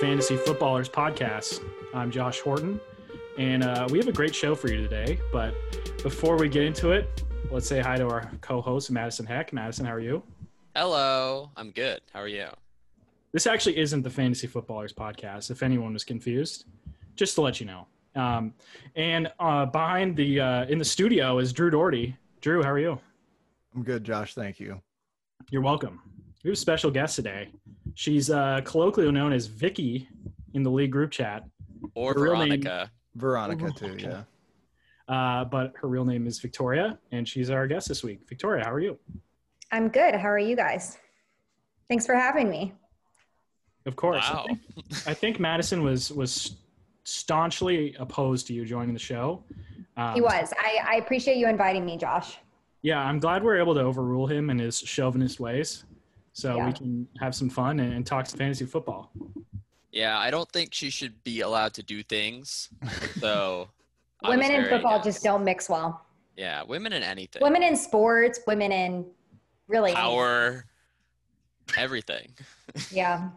Fantasy Footballers podcast. I'm Josh Horton, and uh, we have a great show for you today. But before we get into it, let's say hi to our co host, Madison Heck. Madison, how are you? Hello, I'm good. How are you? This actually isn't the Fantasy Footballers podcast, if anyone was confused, just to let you know. Um, and uh, behind the, uh, in the studio is Drew Doherty. Drew, how are you? I'm good, Josh. Thank you. You're welcome. We have a special guest today. She's uh, colloquially known as Vicky in the league group chat, Or Her real name- Veronica. Veronica too. Veronica. Yeah, uh, but her real name is Victoria, and she's our guest this week. Victoria, how are you? I'm good. How are you guys? Thanks for having me. Of course. I Wow. think- I think Madison was was staunchly opposed to you joining the show. Um, He was. I, I appreciate you inviting me, Josh. Yeah, I'm glad we're able to overrule him in his chauvinist ways, so we Yeah. can have some fun and, and talk some fantasy football. Yeah, I don't think she should be allowed to do things. So I was Women in very football against- just don't mix well. Yeah, women in anything. Women in sports, women in really. power everything. Yeah.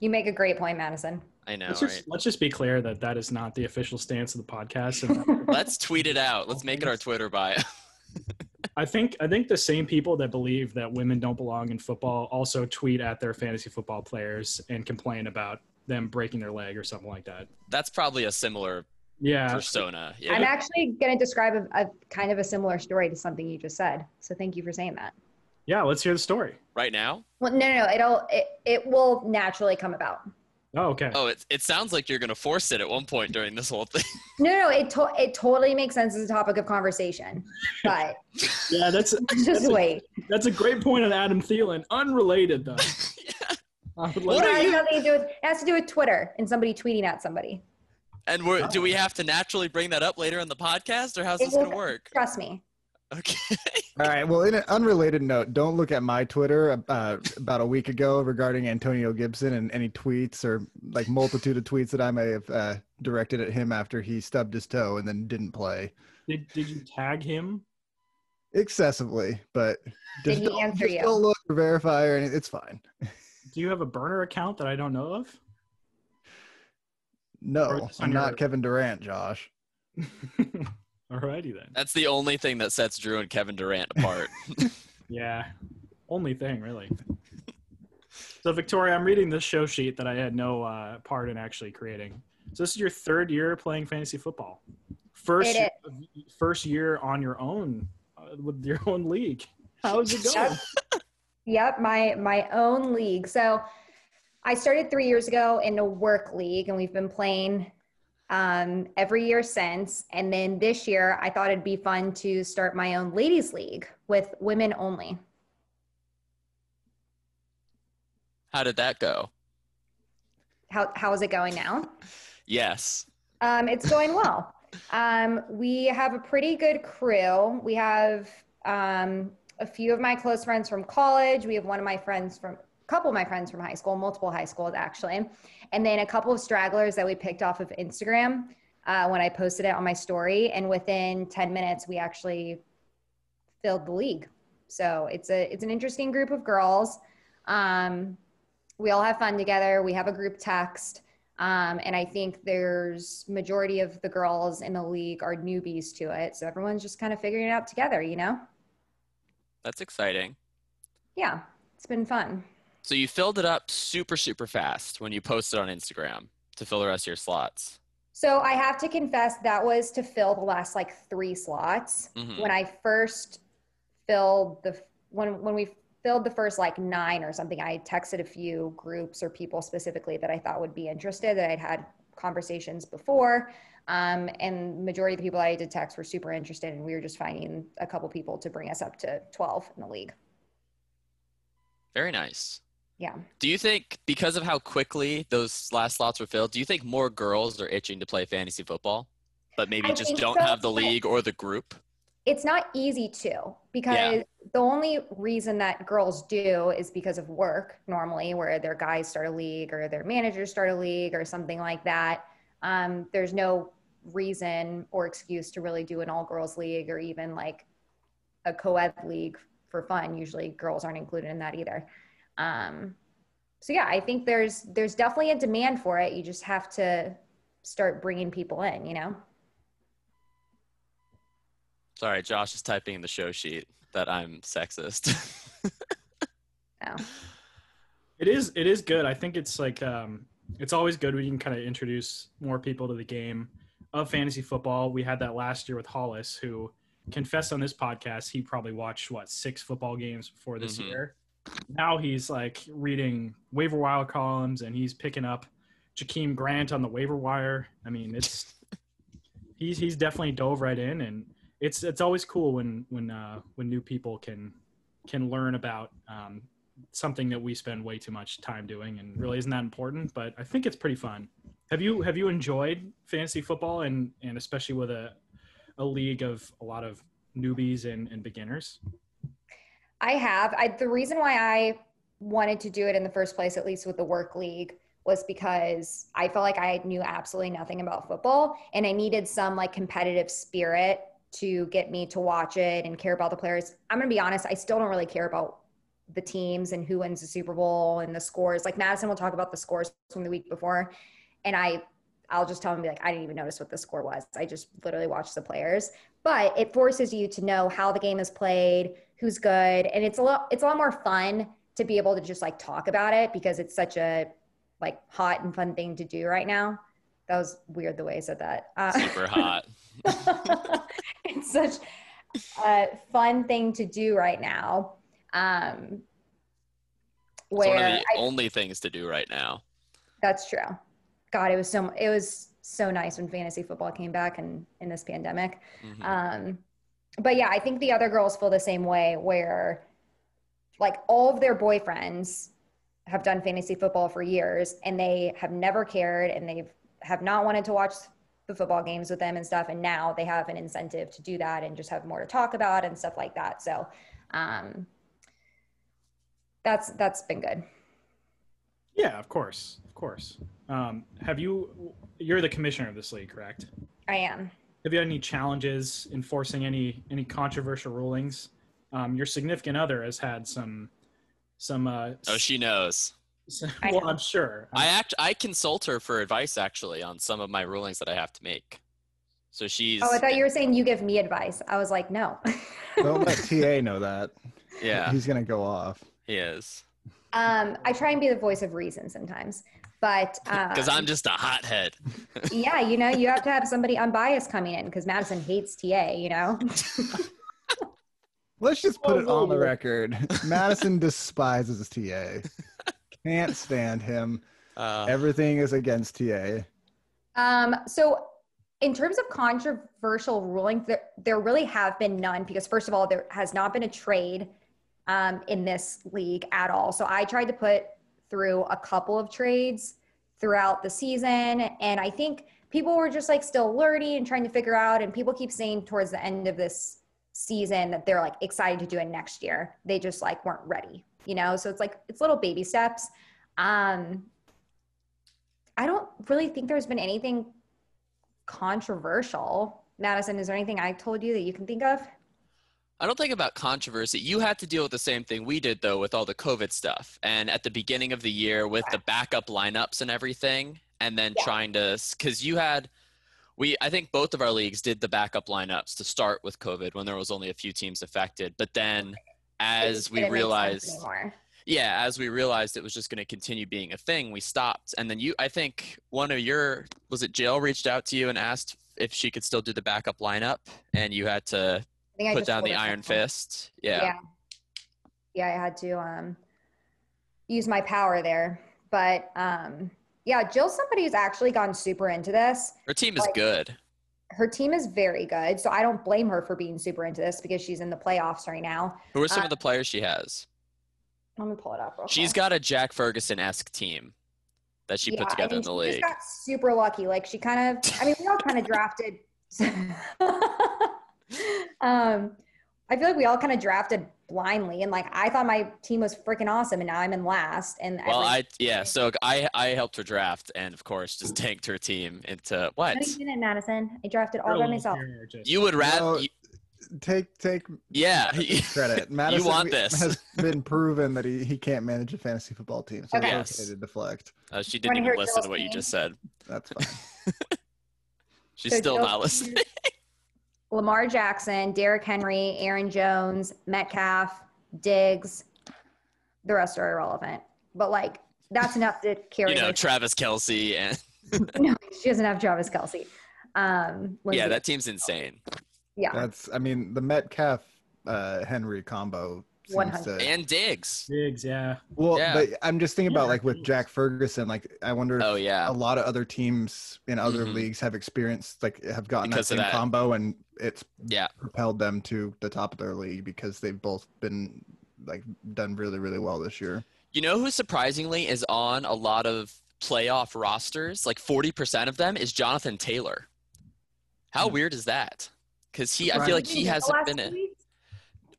You make a great point, Madison. I know, let's right? just let's just be clear that that is not the official stance of the podcast. And Let's tweet it out. Let's make it our Twitter bio. I think I think the same people that believe that women don't belong in football also tweet at their fantasy football players and complain about them breaking their leg or something like that. That's probably a similar Yeah, persona. I'm Yeah. actually going to describe a, a kind of a similar story to something you just said. So thank you for saying that. yeah. Let's hear the story. Right now? Well, no, no, no. It'll, it, it will naturally come about. Oh, okay. Oh, it, it sounds like you're going to force it at one point during this whole thing. No, no, it, to- it totally makes sense as a topic of conversation, but Yeah, that's just wait. That's a great point on Adam Thielen. Unrelated though. I would What like- No, are it has you- nothing to do with- it has to do with Twitter and somebody tweeting at somebody. And we're, do we have to naturally bring that up later in the podcast or how's It this going to will- work? Trust me. Okay. All right. Well, in an unrelated note, don't look at my Twitter uh, about a week ago regarding Antonio Gibson and any tweets or like multitude of tweets that I may have uh, directed at him after he stubbed his toe and then didn't play did, did you tag him? excessively. But just Did he don't, answer just you? don't look or verify or anything. It's fine. Do you have a burner account that I don't know of? Or No, just on I'm your- not Kevin Durant, Josh. Alrighty then. That's the only thing that sets Drew and Kevin Durant apart. Yeah. Only thing really. So Victoria, I'm reading this show sheet that I had no uh, part in actually creating. So this is your third year playing fantasy football. First It first year on your own uh, with your own league. How's it going? Yep. Yep, my my own league. So I started three years ago in a work league, and we've been playing um, every year since. And then this year, I thought it'd be fun to start my own ladies' league with women only. How did that go? How how is it going now? Yes. Um, it's going well. Um, we have a pretty good crew. We have um, a few of my close friends from college. We have one of my friends from a couple of my friends from high school, multiple high schools actually, and then a couple of stragglers that we picked off of Instagram uh, when I posted it on my story. And within ten minutes, we actually filled the league. So it's a it's an interesting group of girls. Um, we all have fun together. We have a group text. Um, and I think there's majority of the girls in the league are newbies to it. So everyone's just kind of figuring it out together, you know? That's exciting. Yeah, it's been fun. So you filled it up super, super fast when you posted on Instagram to fill the rest of your slots. So I have to confess that was to fill the last like three slots. Mhm. When I first filled the when when we filled the first like nine or something, I texted a few groups or people specifically that I thought would be interested that I'd had conversations before. Um, and majority of the people I did text were super interested, and we were just finding a couple people to bring us up to twelve in the league. Very nice. Yeah. Do you think, because of how quickly those last slots were filled, do you think more girls are itching to play fantasy football, but maybe I just think don't so, have the but- league or the group? It's not easy to because the only reason that girls do is because of work normally, where their guys start a league or their managers start a league or something like that. Um, there's no reason or excuse to really do an all girls league or even like a co ed league for fun. Usually girls aren't included in that either. Um, so yeah, I think there's there's definitely a demand for it. You just have to start bringing people in, you know. Sorry, Josh is typing in the show sheet that I'm sexist. So. It is it is good. I think it's like um, it's always good when you can kind of introduce more people to the game of fantasy football. We had that last year with Hollis, who confessed on this podcast he probably watched what six football games before this Mhm. year. Now he's like reading waiver wire columns and he's picking up Jakeem Grant on the waiver wire. I mean, it's he's he's definitely dove right in, and it's it's always cool when when uh, when new people can can learn about um, something that we spend way too much time doing and really isn't that important but i think it's pretty fun have you have you enjoyed fantasy football and and especially with a a league of a lot of newbies and, and beginners I have. I, the reason why I wanted to do it in the first place, at least with the work league, was because I felt like I knew absolutely nothing about football and I needed some like competitive spirit to get me to watch it and care about the players. I'm going to be honest, I still don't really care about the teams and who wins the Super Bowl and the scores. Like Madison will talk about the scores from the week before and I I'll just tell him be like I didn't even notice what the score was. I just literally watched the players but it forces you to know how the game is played, who's good, and it's a lot it's a lot more fun to be able to just like talk about it because it's such a like hot and fun thing to do right now. That was weird the way I said that. Uh, Super hot. it's such a fun thing to do right now. Um, It's where one of the I- only things to do right now. that's true. God, it was so it was so nice when fantasy football came back and in this pandemic. Mhm. Um, but yeah, I think the other girls feel the same way where like all of their boyfriends have done fantasy football for years and they have never cared and they've have not wanted to watch the football games with them and stuff and now they have an incentive to do that and just have more to talk about and stuff like that. So um that's that's been good. yeah of course of course um, have you you're the commissioner of this league correct I am. have you had any challenges enforcing any any controversial rulings um, your significant other has had some some uh Oh, she knows. s- I well know. i'm sure I act. I consult her for advice actually on some of my rulings that I have to make. So she's. Oh, I thought you were saying you give me advice. I was like, no. Don't let TA know that. Yeah, He's gonna go off. he is. Um, I try and be the voice of reason sometimes, but Because um, I'm just a hothead. yeah, you know, you have to have somebody unbiased coming in because Madison hates TA. You know, Let's just put Oh, Whoa, it on the whoa. record. Madison despises TA. Can't stand him. Uh, Everything is against TA. um, so in terms of controversial rulings, there there really have been none because first of all, there has not been a trade um, in this league at all. So I tried to put through a couple of trades throughout the season, and I think people were just like still learning and trying to figure out. And people keep saying towards the end of this season that they're like excited to do it next year. They just like weren't ready, you know? So it's like it's little baby steps. Um I don't really think there's been anything controversial. Madison, is there anything I told you that you can think of? I don't think about controversy. You had to deal with the same thing we did though with all the COVID stuff, and at the beginning of the year with the backup lineups and everything, and then Yeah. trying to because you had. We, I think both of our leagues did the backup lineups to start with COVID when there was only a few teams affected. But then, It as just we didn't make sense realized, anymore. yeah as we realized it was just going to continue being a thing we stopped and then you i think one of your was it jill reached out to you and asked if she could still do the backup lineup and you had to I think I put just down told the her iron something. fist yeah, Yeah. Yeah, I had to um, use my power there. But um, yeah, Jill's somebody who's actually gone super into this. her team is Like- good Her team is very good. So I don't blame her for being super into this because she's in the playoffs right now. who are some uh, of the players she has Let me pull it up real she's quick. got a jack ferguson-esque team that she Yeah, put I together in think the she league just got super lucky. Like she kind of, I mean, we all kind of drafted. um, I feel like we all kind of drafted blindly. And like I thought my team was freaking awesome and now I'm in last. And well every- i yeah so i i helped her draft and of course just tanked her team into what No, you didn't, Madison. I drafted all by myself. You're just- you would rather No, take take Yeah. oh, credit. Madison want we- this. has been proven that he, he can't manage a fantasy football team. So Okay. it's Yes. okay to deflect. Uh, she didn't Wanna hear even listen Jill's to what you name? just said. That's fine. She's So still Joe not listening. Sanders, Lamar Jackson, Derrick Henry, Aaron Jones, Metcalf, Diggs. The rest are irrelevant. But like that's enough to carry. You know, her. Travis Kelsey and no, she doesn't have Travis Kelsey. Um, yeah, Lindsey- that team's insane. yeah. That's I mean the Metcalf uh, Henry combo seems 100. to And Diggs. Diggs, yeah. well, Yeah. but I'm just thinking about Yeah, like with Jack Ferguson. Like I wonder if Oh a yeah. lot of other teams in other Mhm. leagues have experienced like have gotten Because that of same that. combo and it's Yeah. propelled them to the top of their league because they've both been like done really really well this year. You know who surprisingly is on a lot of playoff rosters? Like 40% of them is Jonathan Taylor. How Hmm. weird is that? Because he, I Right. feel like he The hasn't last been two in. weeks?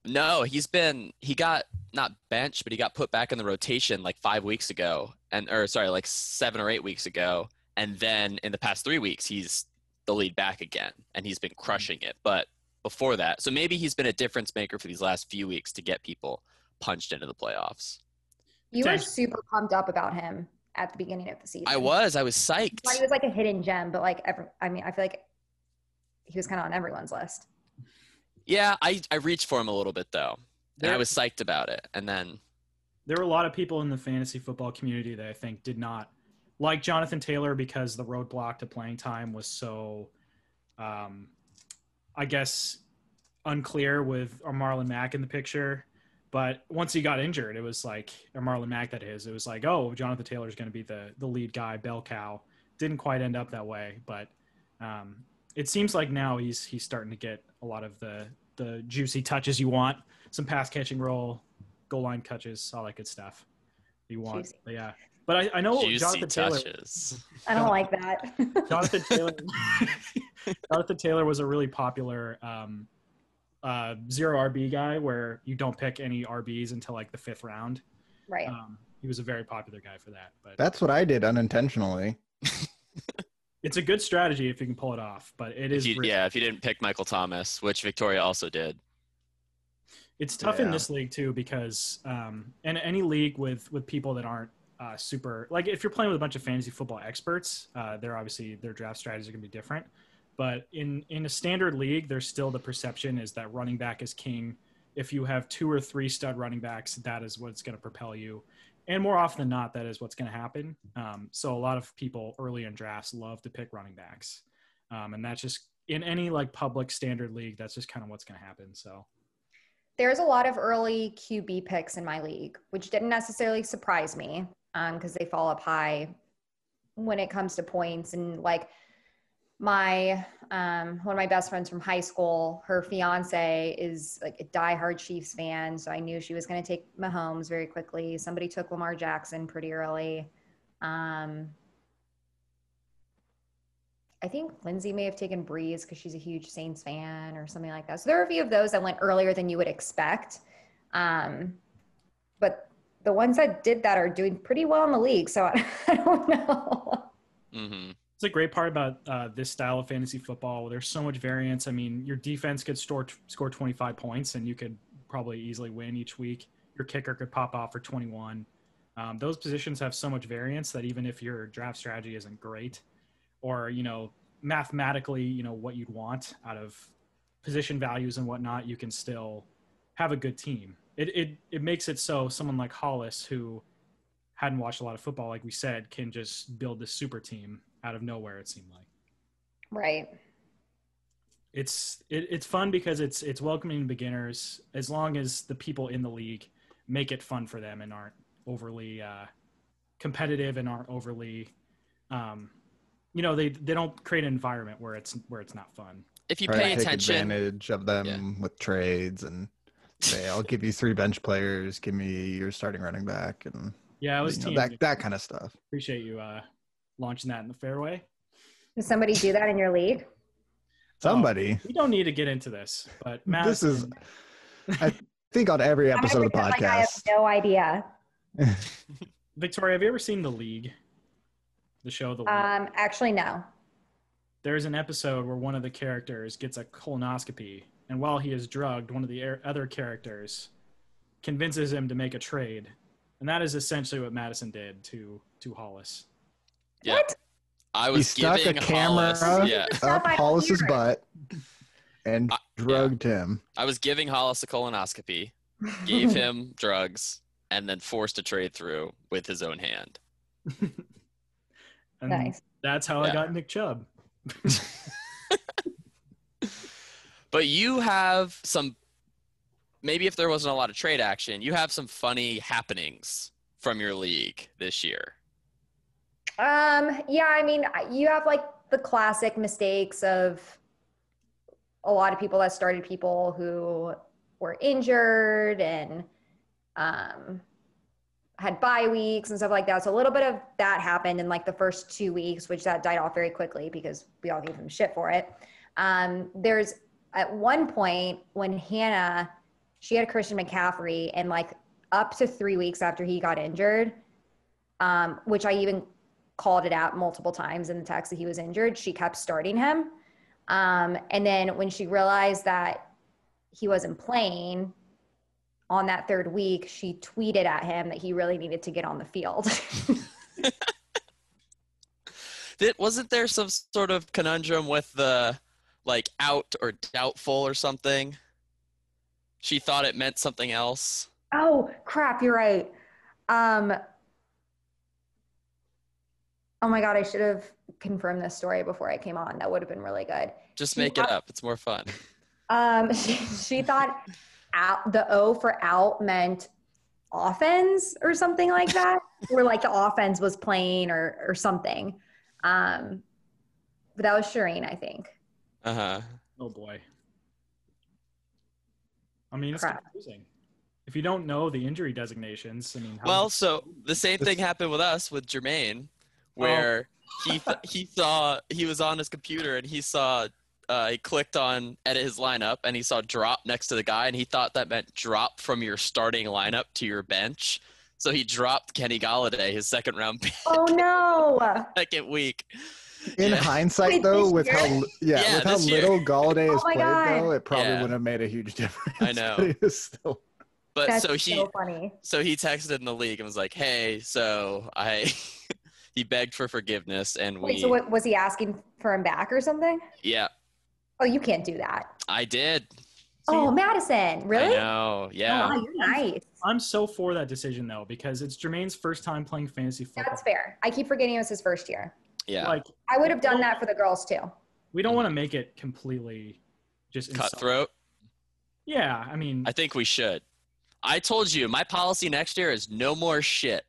No, he's been, he got not benched, but he got put back in the rotation like five weeks ago. And, or sorry, like seven or eight weeks ago. And then in the past three weeks, he's the lead back again. And he's been crushing it. But before that, so maybe he's been a difference maker for these last few weeks to get people punched into the playoffs. You were Potential- super pumped up about him at the beginning of the season. I was, I was psyched. Like, He was like a hidden gem, but like, every, I mean, I feel like he was kind of on everyone's list. Yeah, I, I reached for him a little bit though. And I There- was psyched about it. And then there were a lot of people in the fantasy football community that I think did not like Jonathan Taylor because the roadblock to playing time was so, um, I guess, unclear with a Marlon Mack in the picture. But once he got injured, it was like, or Marlon Mack that is, it was like, oh, Jonathan Taylor's going to be the, the lead guy, bell cow. Didn't quite end up that way, but um, it seems like now he's he's starting to get a lot of the the juicy touches you want, some pass catching roll, goal line catches, all that good stuff you want. Juicy. But yeah, but I, I know juicy Jonathan Taylor. touches. I don't like that. Jonathan Taylor. Jonathan Taylor was a really popular um, uh, zero RB guy, where you don't pick any RBs until like the fifth round. right. Um, he was a very popular guy for that, but That's what I did unintentionally. it's a good strategy if you can pull it off. But it is If you- risky. yeah, if you didn't pick Michael Thomas, which Victoria also did. It's tough in Yeah. this league too because um, and any league with with people that aren't uh, super like if you're playing with a bunch of fantasy football experts, uh, they're obviously their draft strategies are going to be different. But in in a standard league, there's still the perception is that running back is king. If you have two or three stud running backs, that is what's going to propel you. And more often than not, that is what's going to happen. Um, so a lot of people early in drafts love to pick running backs, um, and that's just in any like public standard league. That's just kind of what's going to happen. So. There's a lot of early QB picks in my league, which didn't necessarily surprise me because they fall up high when it comes to points. And like my um, one of my best friends from high school, her fiance is like a diehard Chiefs fan, so I knew she was going to take Mahomes very quickly. Somebody took Lamar Jackson pretty early. Um, I think Lindsay may have taken Breeze because she's a huge Saints fan or something like that. So there are a few of those that went earlier than you would expect. Um, but the ones that did that are doing pretty well in the league. So I, I don't know. hmm It's a great part about uh, this style of fantasy football. There's so much variance. I mean, your defense could store, score 25 points, and you could probably easily win each week. Your kicker could pop off for 21. Um, those positions have so much variance that even if your draft strategy isn't great, or you know mathematically, you know what you'd want out of position values and whatnot, you can still have a good team. It it it makes it so someone like Hollis who hadn't watched a lot of football, like we said, can just build this super team out of nowhere. It seemed like Right. it's it, it's fun because it's it's welcoming to beginners as long as the people in the league make it fun for them and aren't overly uh, competitive and aren't overly, um, you know, they they don't create an environment where it's where it's not fun. If you Try to pay take attention, advantage of them with trades and say, "I'll give you three bench players, give me your starting running back," and Yeah, I was you know, team. that that kind of stuff. Appreciate you uh, launching that in the fairway. Does somebody do that in your league? Somebody, We don't need to get into this, but Matt, this is. I think on every I'm gonna episode of the pretend like I have podcast. no idea. Victoria. Have you ever seen the league? The show, the league. Um, actually, no. there's an episode where one of the characters gets a colonoscopy and while he is drugged, one of the air- other characters convinces him to make a trade, and that is essentially what Madison did to to Hollis. Yeah. What? I was He stuck a giving camera- Hollis. Yeah, up my Hollis's computer. butt and Uh, yeah. drugged him. I was giving Hollis a colonoscopy, gave him drugs, and then forced a trade through with his own hand. And nice. That's how I Yeah. got Nick Chubb. But you have some, maybe if there wasn't a lot of trade action, you have some funny happenings from your league this year. Um, yeah, I mean, I- you have like the classic mistakes of a lot of people that started people who were injured and um, had bye weeks and stuff like that. So a little bit of that happened in like the first two weeks, which that died off very quickly because we all gave them shit for it. Um, there's at one point when Hannah, she had Christian McCaffrey, and like up to three weeks after he got injured, um, which I even called it out multiple times in the text that he was injured. She kept starting him. Um, and then when she realized that he wasn't playing on that third week, she tweeted at him that he really needed to get on the field. Did, wasn't there some sort of conundrum with the like out or doubtful or something? She thought it meant something else. oh, crap, you're right. Um, oh my God, I should have confirmed this story before I came on. That would have been really good. Just make it up. It's more fun. Um, she, she thought out, the O for out meant offense or something like that, or like the offense was playing or, or something. Um, but that was Shireen, I think. Uh huh. Oh boy. I mean, it's Crap. confusing. If you don't know the injury designations, I mean, how Well, so the same This- thing happened with us with Oh. Jermaine, where he th- he saw he was on his computer and he saw uh, he clicked on edit his lineup and he saw drop next to the guy and he thought that meant drop from your starting lineup to your bench, so he dropped Kenny Galladay his second round pick Oh no! second week. In Yeah. hindsight, Wait, though, this with year? how li- yeah, Yeah, with how this year. little Galladay has Oh my played, God. though, it probably Yeah. would have made a huge difference. I know. but he was still But That's so he so funny. so he texted in the league and was like, "Hey, so I." he begged for forgiveness and we Wait, so what, was he asking for him back or something? yeah Oh, you can't do that. i did Oh, Madison, i really? know Oh, yeah Wow, you're nice. I'm so for that decision though because it's Jermaine's first time playing fantasy football. That's fair. I keep forgetting it was his first year. yeah Like I would have done that for the girls too. we don't want to make it completely just insult- cutthroat. Yeah, I mean, I think we should. I told you my policy next year is no more shit.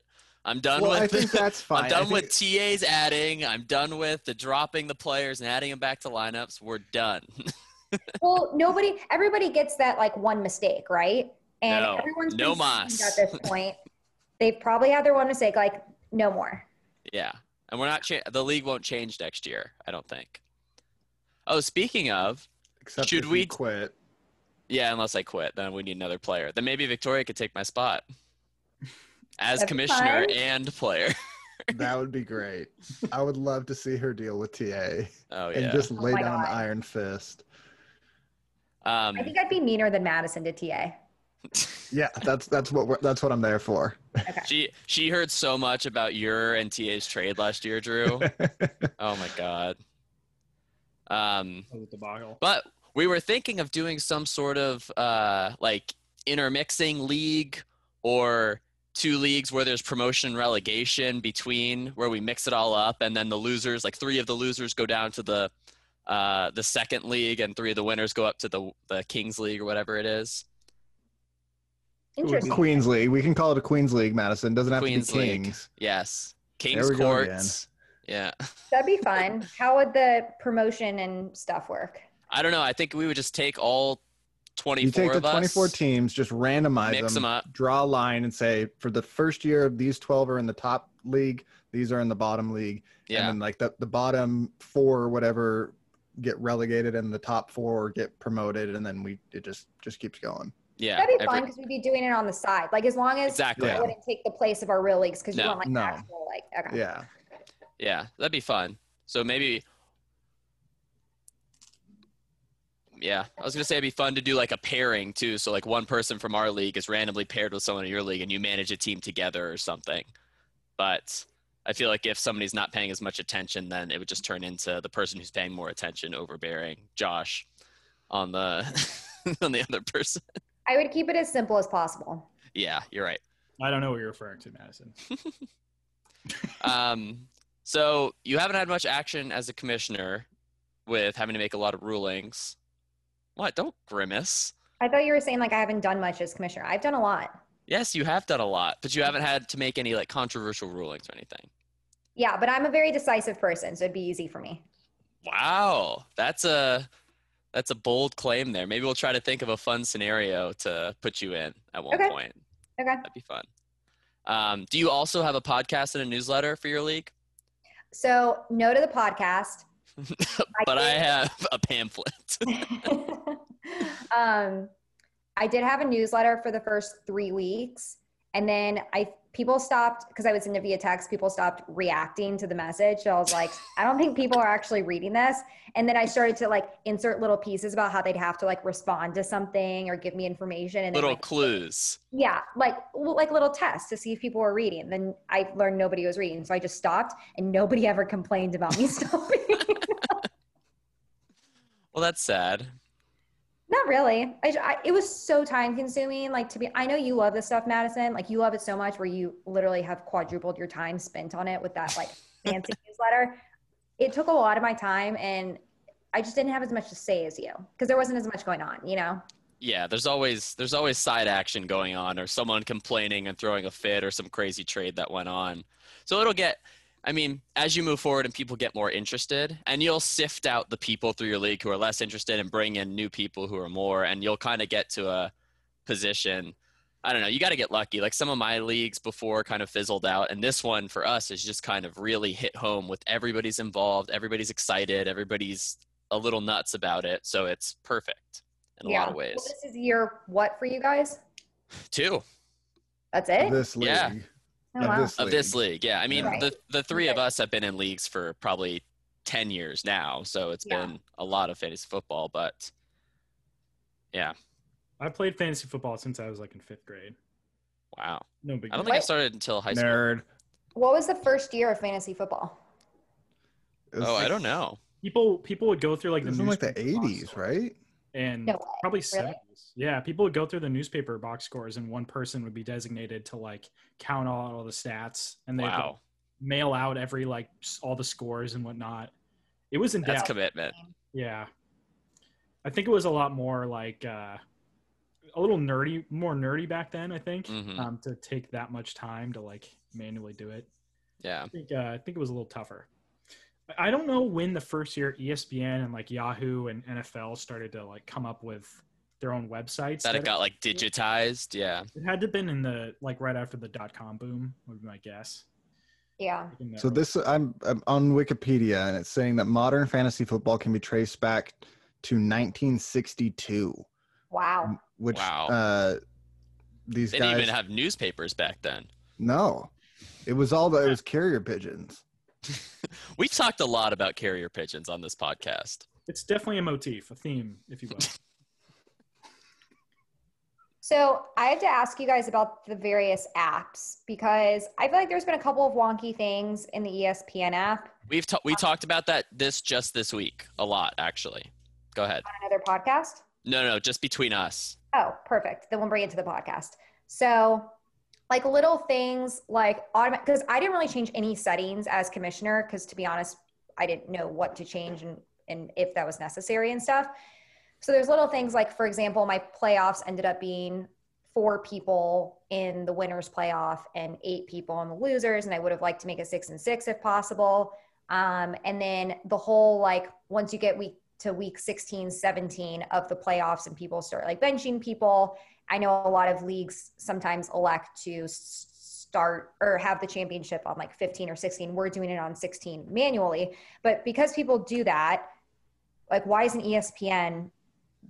I'm done well. with. I think that's fine. I'm I done think- with TAs adding. I'm done with the dropping the players and adding them back to lineups. We're done. Well, nobody, everybody gets that like one mistake, right? And No. everyone's No been mas. seasoned at this point. They've probably had their one mistake, like no more. yeah, and we're not. Cha- the league won't change next year. I don't think. Oh, speaking of, Except Should if we- you quit? yeah. Unless I quit, then we need another player. Then maybe Victoria could take my spot as That'd be commissioner fun. and player. That would be great. I would love to see her deal with TA Oh and yeah. just lay my down the God. iron fist. um, I think I'd be meaner than Madison to TA. Yeah, that's that's what we're, that's what I'm there for. She she heard so much about your and TA's trade last year, Drew. oh my god. Um, with the boggle. but we were thinking of doing some sort of uh like intermixing league or two leagues where there's promotion and relegation between where we mix it all up and then the losers like three of the losers go down to the uh the second league and three of the winners go up to the the Kings League or whatever it is. Interesting. Queens League. We can call it a Queens League, Madison. Doesn't have Queens to be League. Kings. Yes. Kings we go again. Courts. Yeah. That'd be fun. How would the promotion and stuff work? I don't know. I think we would just take all 24 You take the of us. 24 teams, just randomize Mix 'em up. draw a line, and say for the first year, these 12 are in the top league, these are in the bottom league, and Yeah. then like the, the bottom four or whatever get relegated, and the top four get promoted, and then we it just just keeps going. yeah. That'd be every- fun because we'd be doing it on the side. Like as long as Exactly. I Yeah. Yeah. wouldn't take the place of our real leagues because you No. want like No. actual like okay. Yeah, That'd be fun. So maybe. Yeah, I was gonna say it'd be fun to do like a pairing too. So like one person from our league is randomly paired with someone in your league, and you manage a team together or something. But I feel like if somebody's not paying as much attention, then it would just turn into the person who's paying more attention overbearing Josh on the on the other person. I would keep it as simple as possible. Yeah, you're right. I don't know what you're referring to, Madison. Um, so you haven't had much action as a commissioner with having to make a lot of rulings. What? Don't grimace. I thought you were saying like I haven't done much as commissioner. I've done a lot. Yes, you have done a lot, but you haven't had to make any like controversial rulings or anything. Yeah, but I'm a very decisive person, so it'd be easy for me. Wow, that's a that's a bold claim there. Maybe we'll try to think of a fun scenario to put you in at one Okay. point. Okay. That'd be fun. Um, do you also have a podcast and a newsletter for your league? So no to the podcast. but I did. have a pamphlet. um, I did have a newsletter for the first three weeks, and then I people stopped because I would send it via text. People stopped reacting to the message. So I was like, I don't think people are actually reading this. And then I started to like insert little pieces about how they'd have to like respond to something or give me information. And then, Little like, clues. yeah, like well, like little tests to see if people were reading. Then I learned nobody was reading, so I just stopped, and nobody ever complained about me stopping. Well, that's sad. Not really. I, ju- I- it was so time consuming. Like to be, I know you love this stuff, Madison. Like you love it so much, where you literally have quadrupled your time spent on it with that like fancy newsletter. It took a lot of my time, and I just didn't have as much to say as you because there wasn't as much going on. You know? Yeah, there's always there's always side action going on, or someone complaining and throwing a fit, or some crazy trade that went on. So it'll get. I mean, as you move forward and people get more interested, and you'll sift out the people through your league who are less interested and bring in new people who are more, and you'll kind of get to a position. I don't know. You got to get lucky. Like some of my leagues before kind of fizzled out, and this one for us is just kind of really hit home with everybody's involved, everybody's excited, everybody's a little nuts about it. So it's perfect in a lot of Well, ways. this is year what for you guys? Two That's it. This league. Yeah. oh, of wow. this of this league. Yeah, I mean Right. the the three of Right. us have been in leagues for probably ten years now, so it's Yeah. been a lot of fantasy football. But I played fantasy football since I was like in fifth grade. wow, No big I deal. don't think I What? started until high school. Nerd. what was the first year of fantasy football? It was Oh, I like- don't know. people people would go through like It the was in like the newspaper box 80s, score right? And Hmm. No way. probably 70s. Yeah, people would go through the newspaper box scores, and one person would be designated to like count all, all the stats, and they Wow, mail out every like s- all the scores and whatnot. It was in that's depth. commitment. Yeah. I think it was a lot more like uh, a little nerdy, more nerdy back then, I think, Mhm. um, to take that much time to like manually do it. Yeah, I think, uh, I think it was a little tougher. I- I don't know when the first year E ESPN and like Yahoo and NFL started to like come up with their own websites. that it that- got like digitized. Yeah, it had to have been in the like right after the dot com boom, would be my guess. Yeah. Like in the So early- this I'm, I'm on Wikipedia and it's saying that modern fantasy football can be traced back to 1962, Wow. which Wow. uh, these they guys didn't even have newspapers back then. no, it was all the it was carrier pigeons. We've talked a lot about carrier pigeons on this podcast. it's definitely a motif, a theme, if you will. So I have to ask you guys about the various apps because I feel like there's been a couple of wonky things in the E ESPN app. We've ta- we talked about that this just this week a lot actually. Go ahead. another podcast? No, no, just between us. Oh, perfect. Then we'll bring it to the podcast. So, like little things like automatic, because I didn't really change any settings as commissioner, because to be honest, I didn't know what to change and, and if that was necessary and stuff. So, there's little things like, for example, my playoffs ended up being four people in the winners playoff and eight people on the losers. And I would have liked to make a six and six if possible. Um, and then the whole like once you get week to week 16, 17 of the playoffs and people start like benching people. I know a lot of leagues sometimes elect to s- start or have the championship on like 15 or 16. We're doing it on 16 manually. But because people do that, like why doesn't E ESPN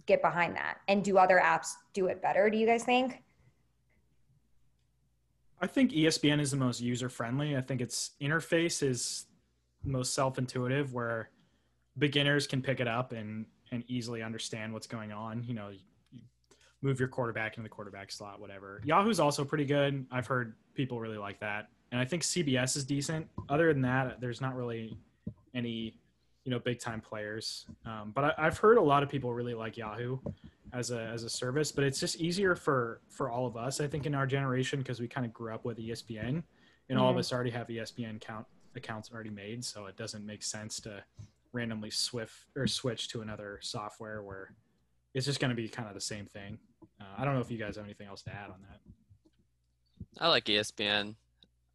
get behind that? And do other apps do it better, do you guys think? I think E ESPN is the most user friendly. I think its interface is most self intuitive, where beginners can pick it up and and easily understand what's going on. You know, you, you move your quarterback into the quarterback slot, whatever. Yahoo's also pretty good. I've heard people really like that, and I think CBS is decent. Other than that, there's not really any you know big time players. Um, but I, I've heard a lot of people really like Yahoo as a as a service, but it's just easier for for all of us. I think in our generation because we kind of grew up with E ESPN, and all of Mhm. us already have E ESPN count accounts already made, so it doesn't make sense to randomly swift or switch to another software where it's just going to be kind of the same thing. Uh, I don't know if you guys have anything else to add on that. I like E ESPN.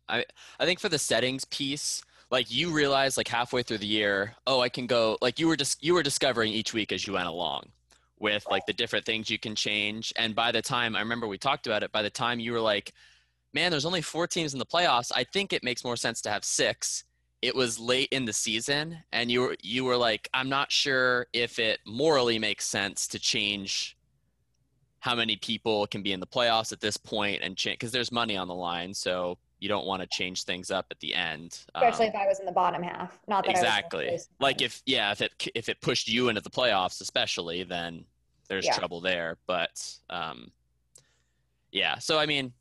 I I think for the settings piece, like you realize like halfway through the year, oh, I can go like you were just you were discovering each week as you went along with like the different things you can change and by the time I remember we talked about it, by the time you were like, man, there's only 4 teams in the playoffs, I think it makes more sense to have 6. It was late in the season and you were you were like, I'm not sure if it morally makes sense to change how many people can be in the playoffs at this point and change because there's money on the line so you don't want to change things up at the end Um, especially if I was in the bottom half. Not that I exactly was like if yeah if it if it pushed you into the playoffs especially then there's Yeah. trouble there but um yeah so i mean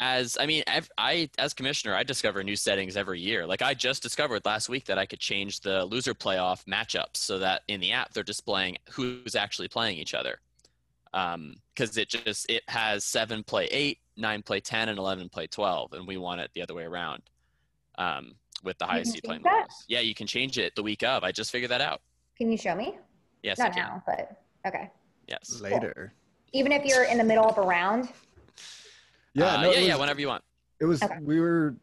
as i mean ev- i as commissioner i discover new settings every year like i just discovered last week that i could change the loser playoff matchups so that in the app they're displaying who's actually playing each other um because it just it has seven play eight nine play ten and 11 play 12 and we want it the other way around um with the You highest can seed playing change the that? lowest. yeah you can change it the week of i just figured that out Can you show me? yes I Not can. now, but okay. yes later. Even if you're in the middle of a round, Yeah, Uh, no, yeah it yeah was- whenever you want It was Okay. we were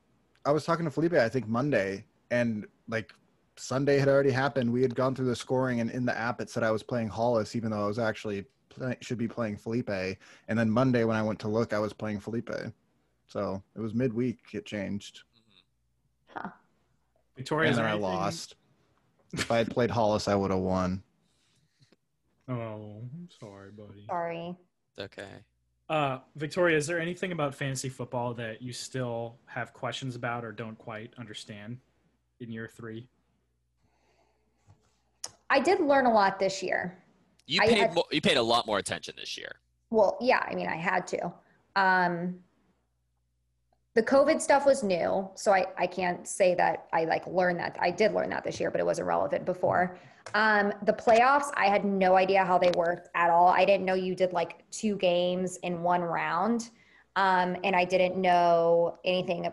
I was talking to Felipe I think Monday and like Sunday had already happened. We had gone through the scoring and in the app it said I was playing Hollis even though I was actually play, should be playing Felipe. And then Monday when I went to look I was playing Felipe. So it was midweek it changed Victoria, and is then there I anything- lost. if I had played Hollis I would have won. Oh, I'm sorry, buddy. sorry. okay Uh, Victoria, is there anything about fantasy football that you still have questions about or don't quite understand in year three? I did learn a lot this year. you I paid had- mo- you paid a lot more attention this year Well, yeah, I mean, I had to. Um, the COVID stuff was new, so I, I can't say that I like learned that. I did learn that this year, but it wasn't relevant before. Um, the playoffs, I had no idea how they worked at all. I didn't know you did like two games in one round, um, and I didn't know anything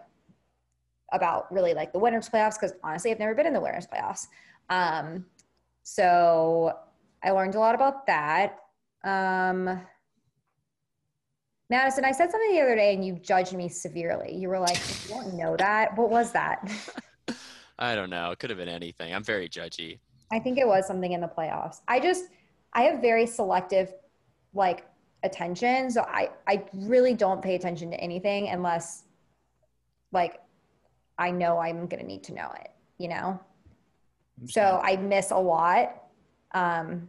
about really like the winners playoffs because honestly, I've never been in the winners playoffs. Um, so I learned a lot about that. Um, Madison, I said something the other day and you judged me severely. You were like, you don't know that. What was that? i don't know it could have been anything i'm very judgy I think it was something in the playoffs. I just, I have very selective like attention. So I, I really don't pay attention to anything unless like I know I'm going to need to know it, you know? So I miss a lot. Um,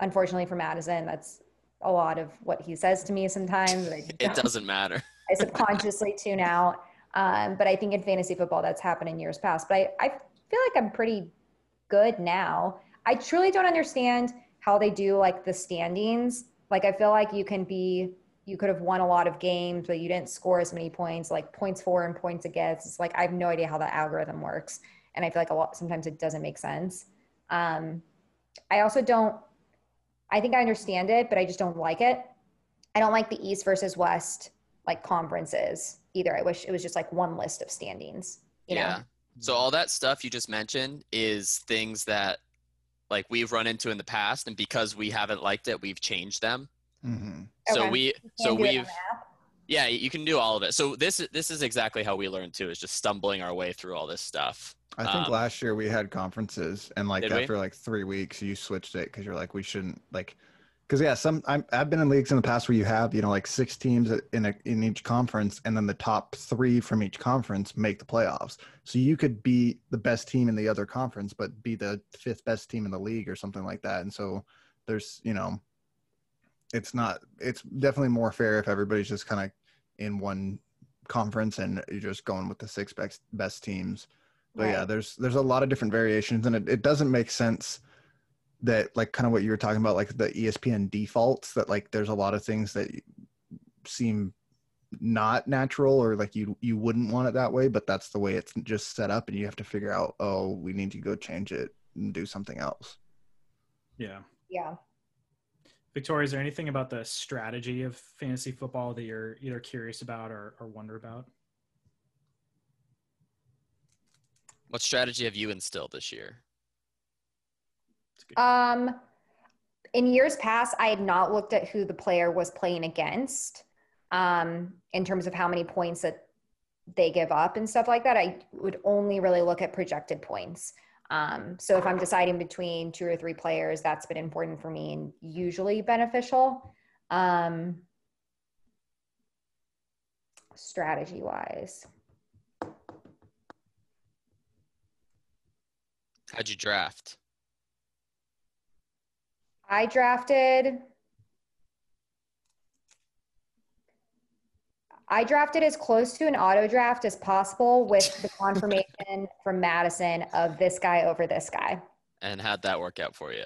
unfortunately for Madison, that's a lot of what he says to me sometimes. and I just it don't- doesn't matter I subconsciously tune out. Um, but I think in fantasy football, that's happened in years past. But I, I feel like I'm pretty good now. I truly don't understand how they do like the standings. Like I feel like you can be, you could have won a lot of games, but you didn't score as many points. Like points for and points against. It's like I have no idea how that algorithm works, and I feel like a lot sometimes it doesn't make sense. Um, I also don't. I think I understand it, but I just don't like it. I don't like the East versus West like conferences either. I wish it was just like one list of standings. You yeah Know? So all that stuff you just mentioned is things that like we've run into in the past and because we haven't liked it, we've changed them. Mhm. So Okay. we so Can't do it on we've the app. yeah, you can do all of it. So this this is exactly how we learned too, is just stumbling our way through all this stuff. I think Um, last year we had conferences, and like Did we? after like three weeks, you switched it because you're like, we shouldn't like, because yeah, some I'm, I've been in leagues in the past where you have you know like six teams in a, in each conference, and then the top three from each conference make the playoffs. So you could be the best team in the other conference, but be the fifth best team in the league or something like that. And so there's you know, it's not it's definitely more fair if everybody's just kind of in one conference and you're just going with the six best best teams. But yeah, Right. there's there's a lot of different variations, and it, it doesn't make sense that like kind of what you were talking about, like the E ESPN defaults that like there's a lot of things that seem not natural or like you you wouldn't want it that way, but that's the way it's just set up, and you have to figure out oh we need to go change it and do something else. Yeah. Yeah. Victoria, is there anything about the strategy of fantasy football that you're either curious about or, or wonder about? What strategy have you instilled this year? It's good. Um, in years past, I had not looked at who the player was playing against um, in terms of how many points that they give up and stuff like that. I would only really look at projected points. Um, so if I'm deciding between two or three players, that's been important for me and usually beneficial. Um, strategy wise, How'd you draft? I drafted. I drafted as close to an auto draft as possible with the confirmation from Madison of this guy over this guy. And how'd that work out for you?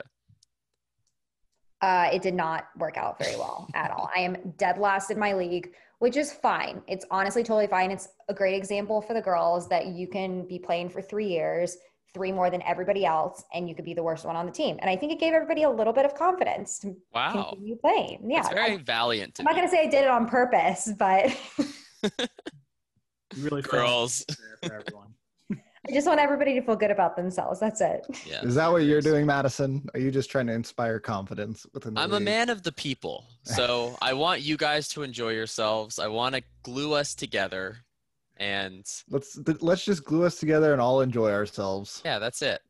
Uh, it did not work out very well at all. I am dead last in my league, which is fine. It's honestly totally fine. It's a great example for the girls that you can be playing for three years, three more than everybody else, and you could be the worst one on the team. And I think it gave everybody a little bit of confidence to Wow. continue playing. Yeah. It's very valiant I'm of not going you. to say I did it on purpose, but. You really felt Girls. there for everyone. I just want everybody to feel good about themselves. That's it. Yeah. Is that what you're doing, Madison? Are you just trying to inspire confidence within? The I'm a league? man of the people. So I want you guys to enjoy yourselves. I want to glue us together. And Let's th- let's just glue us together and all enjoy ourselves. yeah, that's it.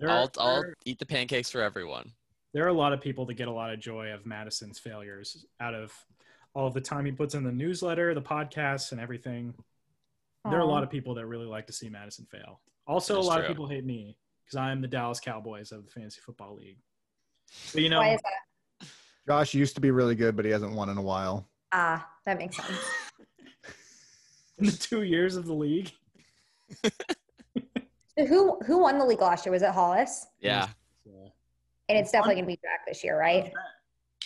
There are, I'll, I'll there- eat the pancakes for everyone. there are a lot of people that get a lot of joy of Madison's failures out of all the time he puts in the newsletter, the podcasts, and everything. There Um, are a lot of people that really like to see Madison fail. Also, That's a lot of true. people hate me because I'm the Dallas Cowboys of the Fantasy Football League. But you know, Why is that? Josh used to be really good, but he hasn't won in a while. Ah, that makes sense. in the two years of the league, So who who won the league last year? Was it Hollis? Yeah. so, And it's definitely going to be Jack this year, right?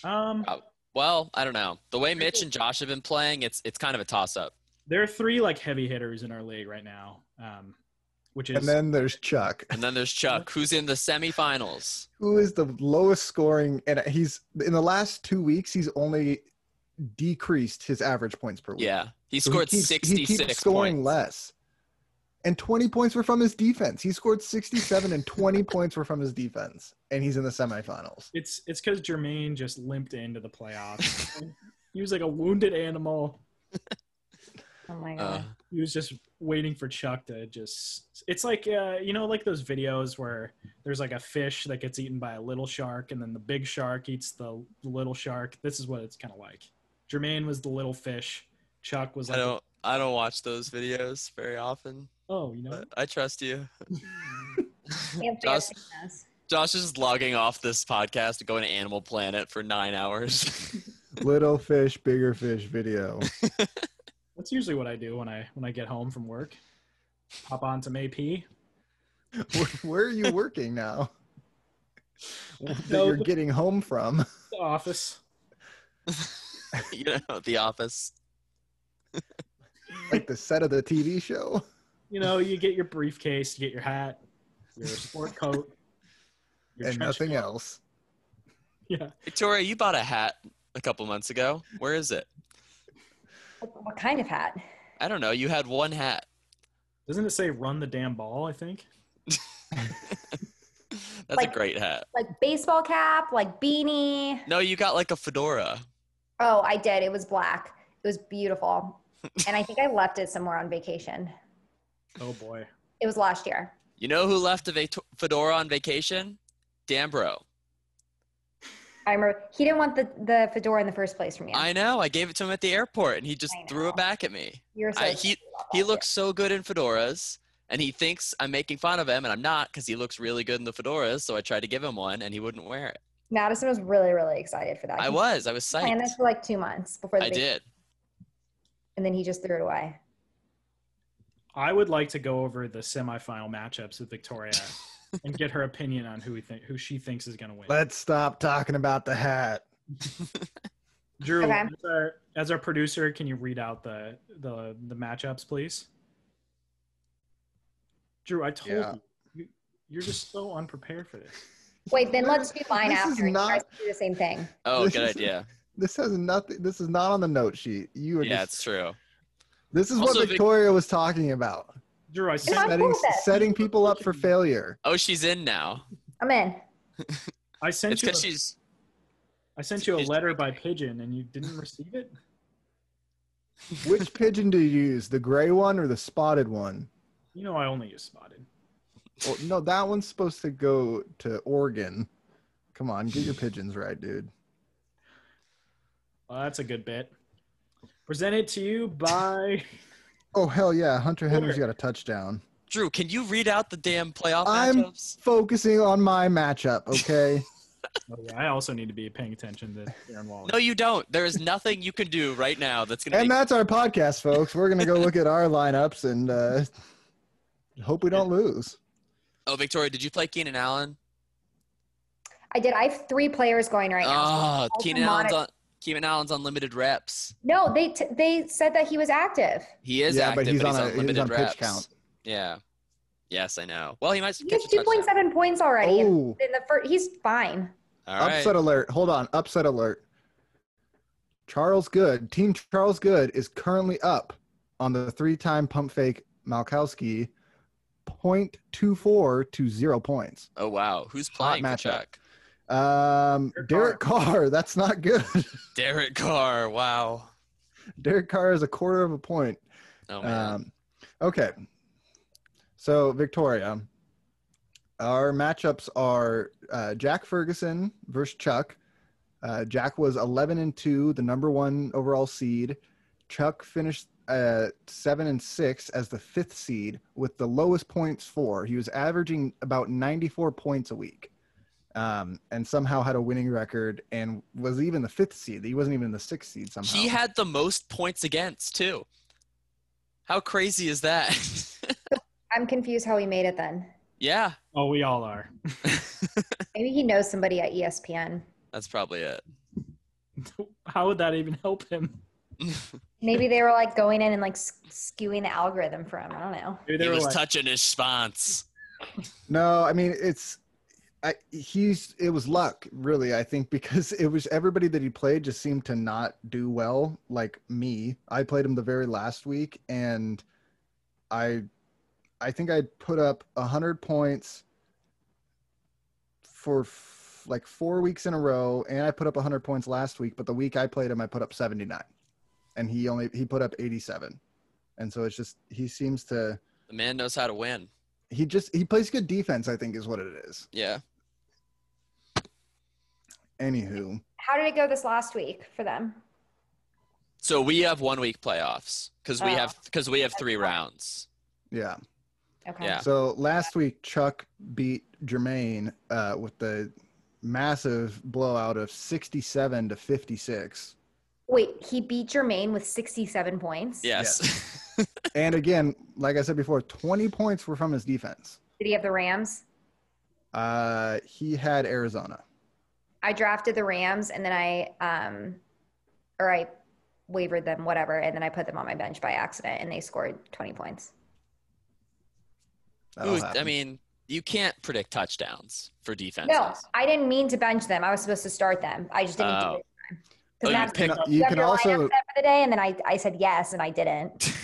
um, Uh, Well, I don't know. The way Mitch and Josh have been playing, it's it's kind of a toss up. there are three like heavy hitters in our league right now, um, which is And then there's Chuck, And then there's Chuck, who's in the semifinals. who is the lowest scoring, and he's in the last two weeks he's only decreased his average points per week. Yeah. He So scored keeps- He 66 keeps scoring points. less, and 20 points were from his defense. He scored 67, and 20 points were from his defense, and he's in the semifinals. it's it's because Jermaine just limped into the playoffs. he was like a wounded animal. Oh my Uh, god. he was just waiting for Chuck to just. It's like uh, you know, like those videos where there's like a fish that gets eaten by a little shark, and then the big shark eats the little shark. This is what it's kind of like. Jermaine was the little fish. Chuck was I like, don't I don't watch those videos very often, oh, you know, but I trust you. Anthony Josh- Martinez. Josh is logging off this podcast and going to Animal Planet for nine hours. Little fish, bigger fish video. that's usually what I do when I when I get home from work. Hop on some AP. where, where are you working now? that No. you're getting home from. The office. you know, The Office. like the set of the TV show. You know, you get your briefcase, you get your hat, your sport coat, your and trench nothing coat. else. Yeah, Victoria, you bought a hat a couple months ago. Where is it? What kind of hat? I don't know. You had one hat. doesn't it say run the damn ball? I think. That's a Like- great hat. Like baseball cap, like beanie. No, you got like a fedora. Oh, I did. It was black. It was beautiful. And I think I left it somewhere on vacation. Oh boy. It was last year. You know who left a va- fedora on vacation? Dambro. I remember he didn't want the, the fedora in the first place from you. I know. I gave it to him at the airport, and he just I threw know. it back at me. You're so I, he excited about he that. looks so good in fedoras, and he thinks I'm making fun of him, and I'm not because he looks really good in the fedoras. So I tried to give him one, and he wouldn't wear it. Madison was really, really excited for that. I He was. I was planned psyched. this for like two months before the I vac- did. and then he just threw it away. I would like to go over the semifinal matchups with Victoria and get her opinion on who we think who she thinks is going to win. Let's stop talking about the hat. Drew, Okay. as, our, as our producer, can you read out the the the matchups, please? Drew, I told Yeah. you, you, you're just so unprepared for this. Wait, then let's do mine This is after. and you not- guys can do the same thing. Oh, This good is- idea. This has nothing. This is not on the note sheet. You are Yeah, just. it's true. This is Also, what Vic- Victoria was talking about. Drew, I I'm sent not- Setting cool with it. setting people up for failure. Oh, she's in now. I'm in. I sent It's you because a, she's. I sent you a she's letter by pigeon, and you didn't receive it. Which pigeon do you use? The gray one or the spotted one? You know, I only use spotted. Well, no, that one's supposed to go to Oregon. Come on, get your pigeons right, dude. Well, that's a good bit. Presented to you by. Oh hell yeah, Hunter Henry's Sure. got a touchdown. Drew, can you read out the damn playoff I'm- matchups? Focusing on my matchup, okay? Oh, yeah, I also need to be paying attention to Aaron Waller. No, you don't. There is nothing you can do right now that's gonna and make. that's our podcast, folks. We're gonna go look at our lineups and uh, hope we don't lose. Oh, Victoria, did you play Keenan Allen? I did. I have three players going right now. Oh, I'll Keenan monitor- Allen's on. Keenan Allen's on limited reps. No, they t- they said that he was active. He is yeah, active, but he's on a limited he's on reps. pitch count. Yeah. Yes, I know. Well, he might He catch has a two point touchdown. seven points already. In Oh, the first, he's fine. All right. upset alert! Hold on, upset alert. Charles Good, Team Charles Good is currently up on the three-time pump fake Malkowski, 0.24 to zero points. Oh wow, who's Hot playing for matchup. Chuck? Um, Derek Derek Carr, that's not good. Derek Carr. Wow. Derek Carr is a quarter of a point. Oh man. Um, okay. So, Victoria, our matchups are uh, Jack Ferguson versus Chuck. Uh, Jack was 11 and 2, the number one overall seed. Chuck finished uh, 7 and 6 as the fifth seed with the lowest points for. He was averaging about 94 points a week um, and somehow had a winning record and was even the fifth seed. He wasn't even the sixth seed Um, somehow. he had the most points against too. How crazy is that? I'm confused how he made it then. yeah, Oh, we all are. Maybe he knows somebody at E ESPN. that's probably it. How would that even help him? Maybe they were like going in and like s- skewing the algorithm for him. I don't know. Maybe He they were was like, touching his spons. No, I mean it's I, he's it was luck really I think because it was everybody that he played just seemed to not do well like me. I played him the very last week and I I think I put up 100 points for f- like 4 weeks in a row and I put up 100 points last week, but the week I played him I put up 79. And he only he put up 87. And so it's just he seems to The man knows how to win. he just he plays good defense I think is what it is. Yeah. Anywho, How did it go this last week for them? So we have one week playoffs because we Oh. have because we have three rounds. yeah. Okay. Yeah. So last week, Chuck beat Jermaine uh, with the massive blowout of 67 to 56. Wait, he beat Jermaine with 67 points. Yes. And again, like I said before, 20 points were from his defense. Did he have the Rams? Uh, he had Arizona. I drafted the Rams and then I um or I wavered them, whatever, and then I put them on my bench by accident and they scored twenty points. That'll Ooh, I happen. mean, you can't predict touchdowns for defenses. No, I didn't mean to bench them. I was supposed to start them. I just didn't Oh. do it. Oh, Because you that's picked- You you have can your lineup also set for the day, and then I, I said yes, and I didn't.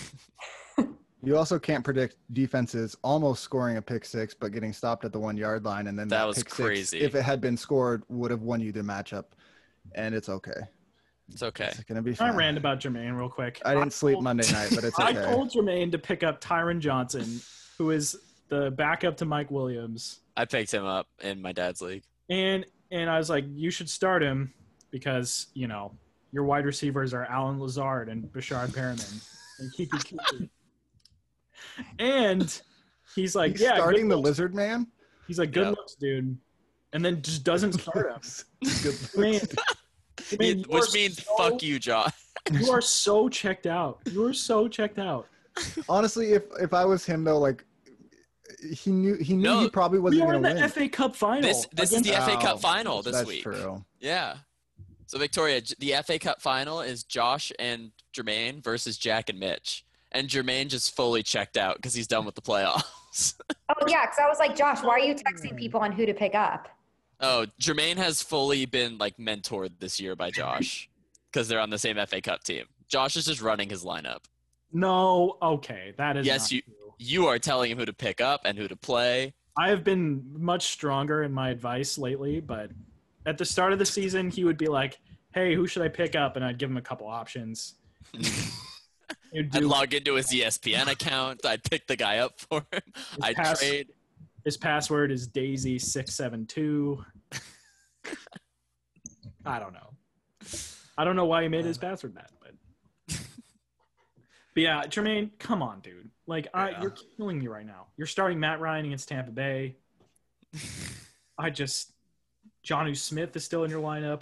you also can't predict defenses almost scoring a pick six, but getting stopped at the one yard line, and then That that, was pick six, crazy. if it had been scored, would have won you the matchup. And it's okay. It's okay. It's gonna be. I Fine. ran about Jermaine real quick. I didn't sleep told- Monday night, but it's I okay. told Jermaine to pick up Tyron Johnson, who is the backup to Mike Williams, I picked him up in my dad's league. and and I was like, you should start him because you know your wide receivers are Alan Lazard and Bashard Perriman and Kiki Kiki, and he's like, He's yeah, good starting the looks." lizard man. He's like, good Yeah. looks, dude, and then just doesn't start him. Good Man, looks. Jermaine, you Which are means so- fuck you, Josh. You are so checked out. You are so checked out. Honestly, if if I was him though, like he knew he knew No, he probably we wasn't were going in to the FA win. Cup final. This this is against- the FA Cup Oh, final this That's week. true. Yeah. So Victoria, J- the FA Cup final is Josh and Jermaine versus Jack and Mitch, and Jermaine just fully checked out because he's done with the playoffs. Oh yeah, because I was like, Josh, why are you Hmm. texting people on who to pick up? oh, Jermaine has fully been like mentored this year by Josh because they're on the same FA Cup team. Josh is just running his lineup. no, okay, that is Yes, not you- true. You are telling him who to pick up and who to play. I have been much stronger in my advice lately, but at the start of the season, he would be like, "Hey, who should I pick up?" and I'd give him a couple options. He would I'd do log into his E ESPN account. I'd pick the guy up for him. I'd pass- trade. his password is Daisy six seven two. I don't know. I don't know why he made his password that, but. But yeah, Jermaine, come on, dude. Like, I, Yeah. you're killing me right now. You're starting Matt Ryan against Tampa Bay. I just, Johnu Smith is still in your lineup.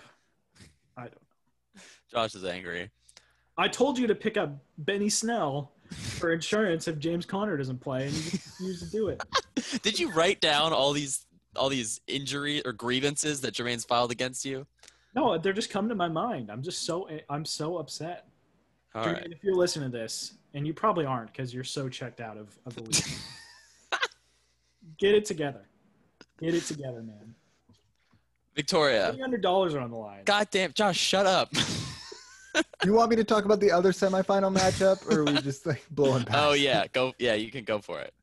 I don't. Josh is angry. I told you to pick up Benny Snell for insurance if James Conner doesn't play, and you just refuse to do it. Did you write down all these all these injury or grievances that Jermaine's filed against you? No, they're just coming to my mind. I'm just so I'm so upset. All Jermaine, right. If you're listening to this, and you probably aren't because you're so checked out of, of the league, get it together. Get it together, man. uh, Victoria. Three hundred dollars are on the line. Goddamn Josh, shut up. You want me to talk about the other semifinal matchup, or are we just like blowing past? oh yeah, go yeah, you can go for it.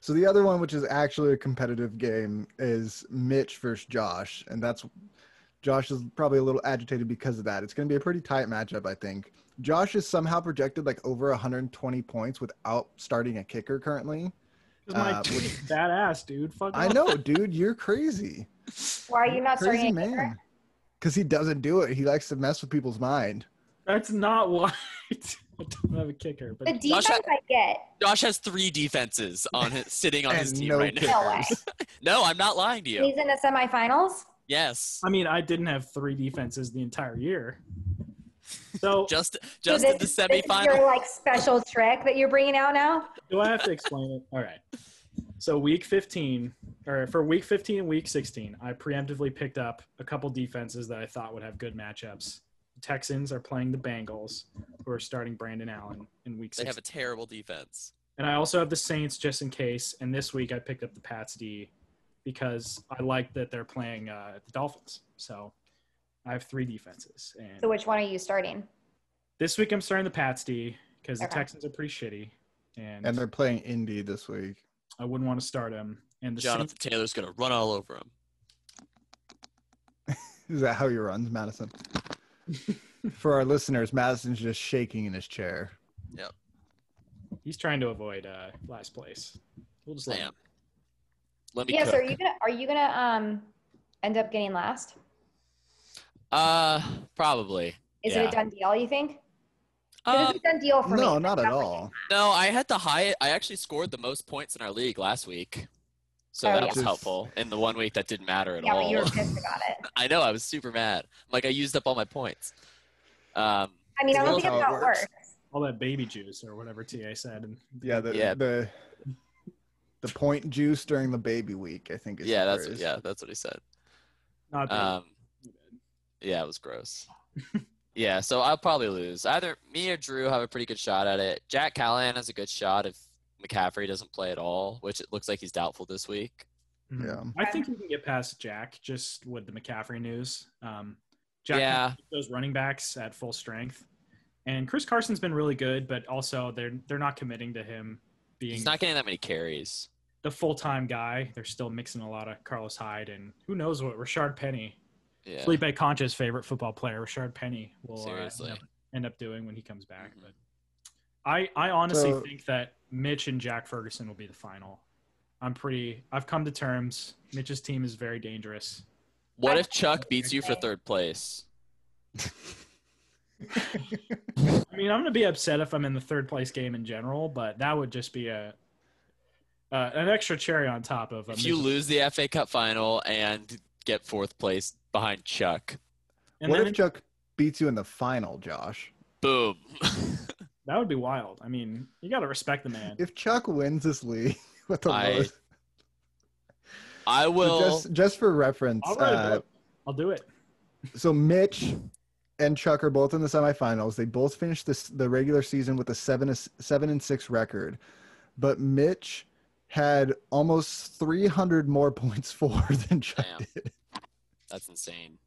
So the other one, which is actually a competitive game, is Mitch versus Josh, and that's Josh is probably a little agitated because of that. It's going to be a pretty tight matchup, I think. Josh is somehow projected like over 120 points without starting a kicker currently. 'Cause my Uh, team is badass, dude. Fuck I off. know, dude, you're crazy, Why are you not crazy starting? a kicker? man. Because he doesn't do it. He likes to mess with people's mind. That's not why. I don't have a kicker, The but defense Josh, I get. Josh has three defenses on his sitting on his And team no right now. kickers. No way. No, I'm not lying to you. He's in the semifinals. Yes. I mean, I didn't have three defenses the entire year. So Just So just in the this- this is your semifinal. like special trick that you're bringing out now. Do I have to explain it? All right. So week 15, or for week 15 and week 16, I preemptively picked up a couple defenses that I thought would have good matchups. The Texans are playing the Bengals, who are starting Brandon Allen in week They have 16. a terrible defense. and I also have the Saints just in case. And this week I picked up the Pats D because I like that they're playing uh, the Dolphins. So I have three defenses. And So which one are you starting? this week I'm starting the Pats D because the Okay. Texans are pretty shitty. And, And they're playing Indy this week. I wouldn't want to start them. And the Saints- Jonathan Taylor's gonna run all over him. Is that how he runs, Madison? For our listeners, Madison's just shaking in his chair. He's trying to avoid uh, last place. We'll just let Damn. him. Let me Yes. cook. Are you gonna are you gonna um end up getting last? Uh probably. Is it Yeah. a done deal? You think? 'Cause Um, it's a done deal Oh, for me. No, not at all. No, I had the high. I actually scored the most points in our league last week, so Oh, that yeah. was Just- helpful in the one week that didn't matter at Yeah, but all. you were pissed about it. I know I was super mad. Like I used up all my points. Um, I mean, I don't That's think it's how how it it works. works. all that baby juice or whatever TA said. And Yeah, the Yeah. the the point juice during the baby week, I think is the yeah, that's phrase. yeah, that's what he said. not baby. Um, yeah, it was gross. yeah, so I'll probably lose. Either me or Drew have a pretty good shot at it. Jack Callahan has a good shot if McCaffrey doesn't play at all, which it looks like he's doubtful this week. Mhm. yeah. I think you can get past Jack just with the McCaffrey news. Um, Jack Yeah. those running backs at full strength, and Chris Carson's been really good, but also they're they're not committing to him being He's not getting that many carries. the full time guy. They're still mixing a lot of Carlos Hyde and who knows what Rashard Penny, Yeah. Felipe Concha's favorite football player, Rashard Penny will uh, end Seriously. up end up doing when he comes back. Mhm. But I, I honestly So- think that Mitch and Jack Ferguson will be the final. I'm pretty. I've come to terms. Mitch's team is very dangerous. What if Chuck beats you for third place? I mean, I'm gonna be upset if I'm in the third place game in general, but that would just be a uh, an extra cherry on top of. a If you miser- lose the FA Cup final and get fourth place behind Chuck, and what then if Chuck beats you in the final, Josh? boom. that would be wild. I mean, you gotta respect the man. If Chuck wins this league, What the I lowest? I will. Just just for reference, I'll, write a uh, book. I'll do it. so Mitch and Chuck are both in the semifinals. They both finished this the regular season with a seven seven and six record, but Mitch had almost 300 more points for than Chuck Damn. did. That's insane.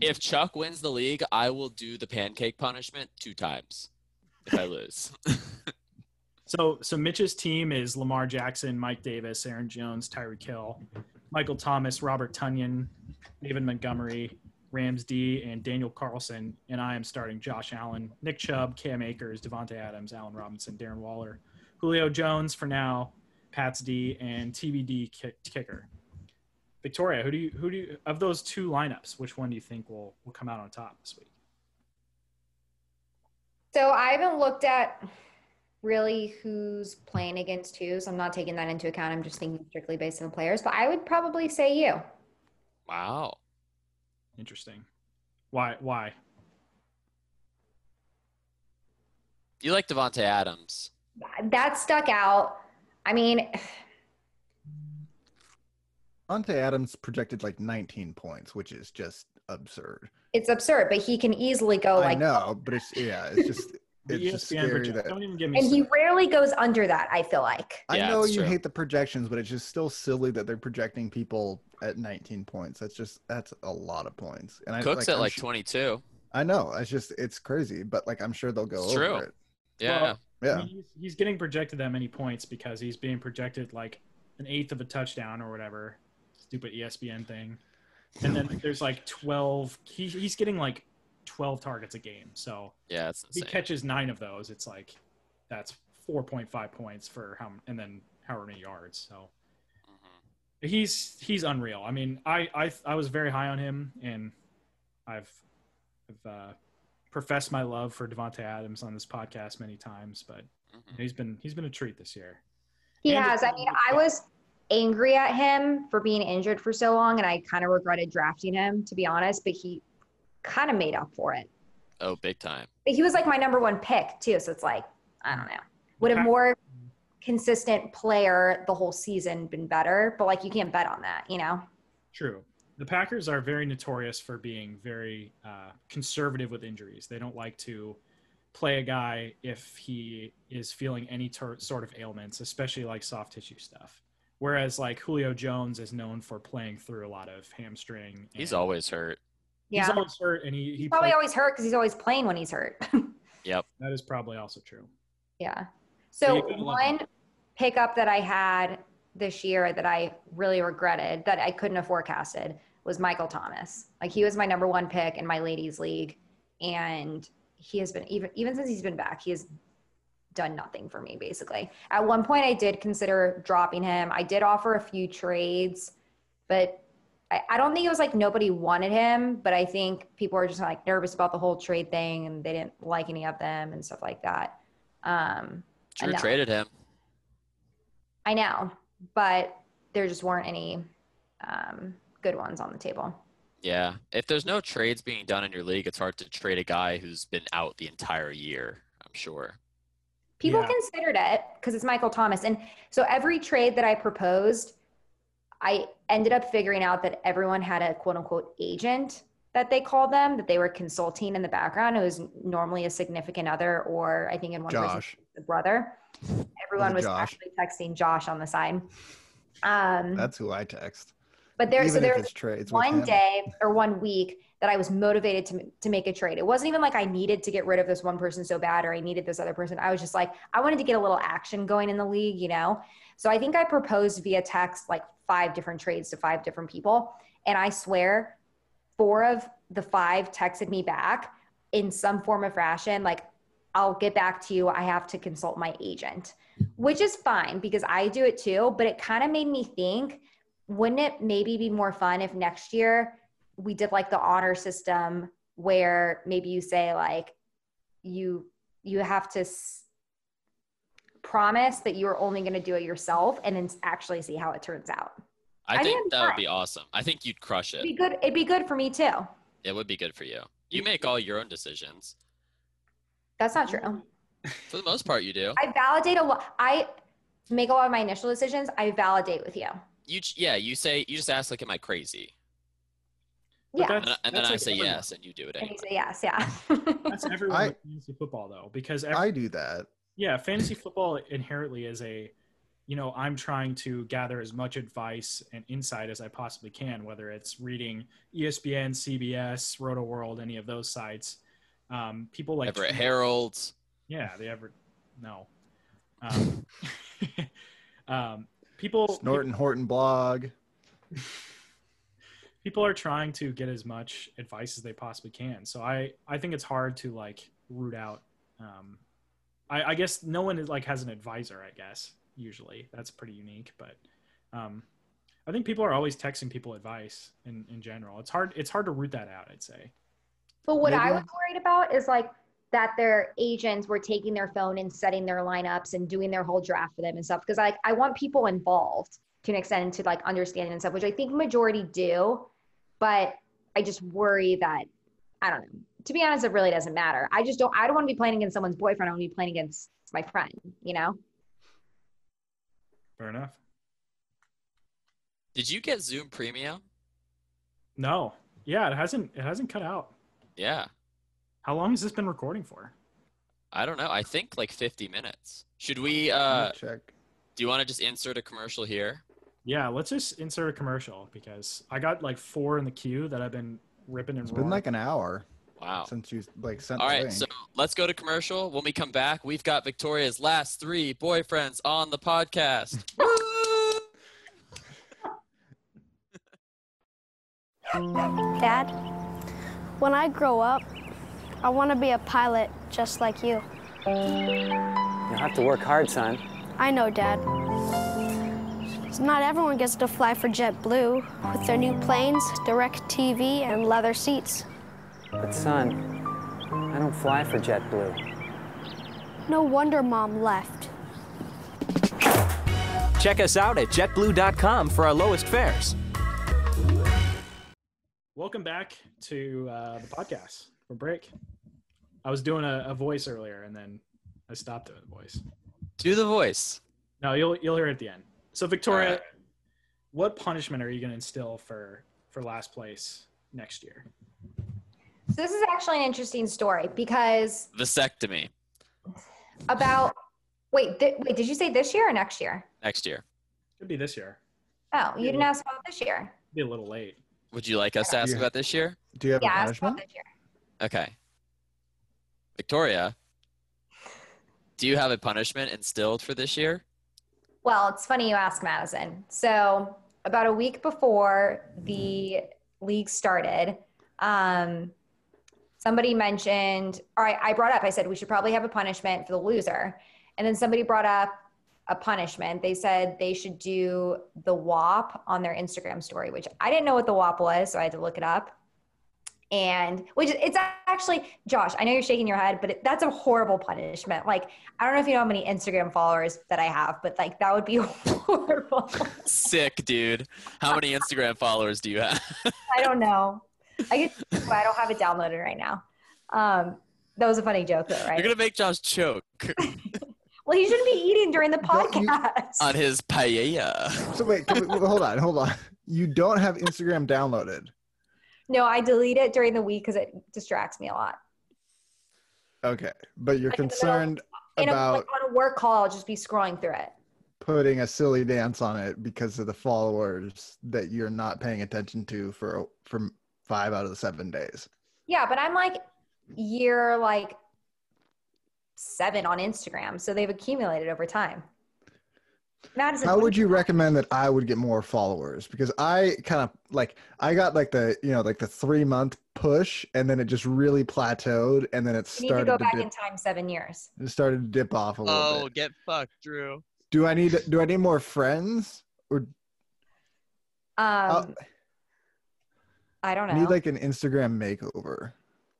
If Chuck wins the league, I will do the pancake punishment two times if I lose. So so Mitch's team is Lamar Jackson, Mike Davis, Aaron Jones, Tyreek Hill, Michael Thomas, Robert Tunyon, David Montgomery, Rams D, and Daniel Carlson. And I am starting Josh Allen, Nick Chubb, Cam Akers, Devonte Adams, Allen Robinson, Darren Waller, Julio Jones for now, Pats D, and TBD kick, kicker. Victoria, who do you who do you of those two lineups? Which one do you think will will come out on top this week? So I haven't looked at really who's playing against who, so I'm not taking that into account. I'm just thinking strictly based on the players, but I would probably say you. wow. Interesting. Why why? You like Devonte Adams. That stuck out. I mean, Ante Adams projected like 19 points, which is just absurd. it's absurd, but he can easily go I Oh, like, know, but it's yeah, it's just The it's just ESPN scary project- that don't even give me and he rarely goes under that. I feel like. I Yeah, know it's you true. hate the projections, but it's just still silly that they're projecting people at 19 points. That's just that's a lot of points. And I Cook's at I'm like su- 22. I know. It's just it's crazy, but like I'm sure they'll go It's over true. it. Yeah. Well, I Mm-hmm. Yeah. mean, he's, he's getting projected that many points because he's being projected like an eighth of a touchdown or whatever stupid E ESPN thing. And then there's like 12. He, he's getting like 12 targets a game. So yeah, it's if he insane. catches nine of those, it's like that's 4.5 points for how and then however many yards. So Mhm. he's he's unreal. I mean, I I, I was very high on him, and I've I've uh, professed my love for Devonte Adams on this podcast many times, but Mhm. He's been he's been a treat this year. He And has. the I problem mean, with I that- was angry at him for being injured for so long, and I kind of regretted drafting him, to be honest, but he kind of made up for it. Oh, big time. But he was like my number one pick, too. So it's like, I don't know. Would a more consistent player the whole season been better? But like, you can't bet on that, you know? True. The Packers are very notorious for being very uh, conservative with injuries. They don't like to play a guy if he is feeling any ter- sort of ailments, especially like soft tissue stuff. Whereas like Julio Jones is known for playing through a lot of hamstring. And He's always hurt. Yeah. He's always hurt, and he he probably plays- always hurt because he's always playing when he's hurt. that is probably also true. Yeah. So So you gotta love one pickup that I had this year that I really regretted that I couldn't have forecasted was Michael Thomas. Like he was my number one pick in my ladies league, and he has been even even since he's been back, he has done nothing for me basically. At one point, I did consider dropping him. I did offer a few trades, but. I I don't think it was like nobody wanted him, but I think people were just like nervous about the whole trade thing and they didn't like any of them and stuff like that. Um, Drew know. traded him. I know, but there just weren't any um, good ones on the table. Yeah. If there's no trades being done in your league, it's hard to trade a guy who's been out the entire year, I'm sure. People Yeah. considered it because it's Michael Thomas. And so every trade that I proposed, I ended up figuring out that everyone had a quote unquote agent that they called them, that they were consulting in the background. It was normally a significant other, or I think in one person, Josh. the brother. Everyone was Josh. actually texting Josh on the side. Um, That's who I text. but there, Even so there if was it's trades with one him. day or one week that I was motivated to, to make a trade. It wasn't even like I needed to get rid of this one person so bad or I needed this other person. I was just like, I wanted to get a little action going in the league, you know? So I think I proposed via text like five different trades to five different people. And I swear, four of the five texted me back in some form of fashion, like, I'll get back to you. I have to consult my agent, which is fine because I do it too. But it kind of made me think wouldn't it maybe be more fun if next year we did like the honor system where maybe you say like you you have to s- promise that you are only going to do it yourself and then actually see how it turns out I, I think didn't that would try. be awesome. I think you'd crush it'd be it. good it'd be good for me too It would be good for you. You make all your own decisions. that's not true For the most part, you do. i validate a lot i make a lot of my initial decisions, I validate with you. You ch- yeah, you say you just ask like, am I crazy? Yeah. Okay. And, I- and then That's I like say everyone. yes, and you do it And anyway. you say yes, yeah. That's everyone I- with fantasy football though, because every, I do that. yeah, fantasy football inherently is a, you know, I'm trying to gather as much advice and insight as I possibly can, whether it's reading E ESPN, CBS, Roto World, any of those sites. Um, people like Everett Herald. yeah, they ever no. Um, um, people Snorton Horton blog. people are trying to get as much advice as they possibly can. So I I think it's hard to like root out. Um, I, I guess no one is, like has an advisor. I guess usually that's pretty unique, but um, I think people are always texting people advice in in general. It's hard it's hard to root that out. I'd say. But what I Maybe- was worried about is like that their agents were taking their phone and setting their lineups and doing their whole draft for them and stuff. Because like I want people involved to an extent to like understand and stuff, which I think majority do. But I just worry that I don't know. To be honest, it really doesn't matter. I just don't. I don't want to be playing against someone's boyfriend. I want to be playing against my friend. You know. Fair enough. Did you get Zoom Premium? No, yeah, it hasn't it hasn't cut out. Yeah. How long has this been recording for? I don't know. I think like 50 minutes. Should we? Let uh me check. Do you want to just insert a commercial here? Yeah, let's just insert a commercial because I got like four in the queue that I've been ripping and It's roaring. been like an hour Wow. since you like sent. All the right, link. so let's go to commercial. When we come back, we've got Victoria's last three boyfriends on the podcast. Woo! Dad, when I grow up, I want to be a pilot just like you. You'll have to work hard, son. I know, Dad. Not everyone gets to fly for JetBlue with their new planes, direct TV, and leather seats. But, son, I don't fly for JetBlue. No wonder Mom left. Check us out at jetblue.com for our lowest fares. Welcome back to uh, the podcast for break. I was doing a, a voice earlier and then I stopped doing the voice. Do the voice. No, you'll you'll hear it at the end. So Victoria, Alright. what punishment are you going to instill for for last place next year? So this is actually an interesting story because Vasectomy about wait th- wait did you say this year or next year? next year. Could be this year. Oh, you didn't ask about this year. Be a little late. Would you like us to ask Yeah. about this year? do you have Yeah, a I asked about punishment? this year. Okay. Victoria, do you have a punishment instilled for this year? Well, it's funny you ask, Madison. So, about a week before the league started, um, somebody mentioned, or I, I brought up, I said, we should probably have a punishment for the loser. And then somebody brought up a punishment. They said they should do the WAP on their Instagram story, which I didn't know what the WAP was, so I had to look it up. And which it's actually, Josh, I know you're shaking your head, but it, that's a horrible punishment. Like, I don't know if you know how many Instagram followers that I have, but like that would be horrible. Sick, dude. How many Instagram followers do you have? I don't know. I could, but I don't have it downloaded right now. Um, that was a funny joke, though, right? You're going to make Josh choke well, he shouldn't be eating during the Don't you- podcast. on his paella. So wait, can we, hold on, hold on. You don't have Instagram downloaded. no, I delete it during the week because it distracts me a lot. Okay, but you're Like, in the middle- concerned And if, about like, on a work call, I'll just be scrolling through it. putting a silly dance on it because of the followers that you're not paying attention to for for five out of the seven days. Yeah, but I'm like year like seven on Instagram, so they've accumulated over time. Madison, How what would do you recommend that I would get more followers? Because I kind of like I got like the you know like the three month push, and then it just really plateaued, and then it you need to started go to, back in dip, time seven years? it started to dip off a little bit. Oh, get fucked, Drew. Do I need do I need more friends? Um, Oh. I don't I know. need like an Instagram makeover.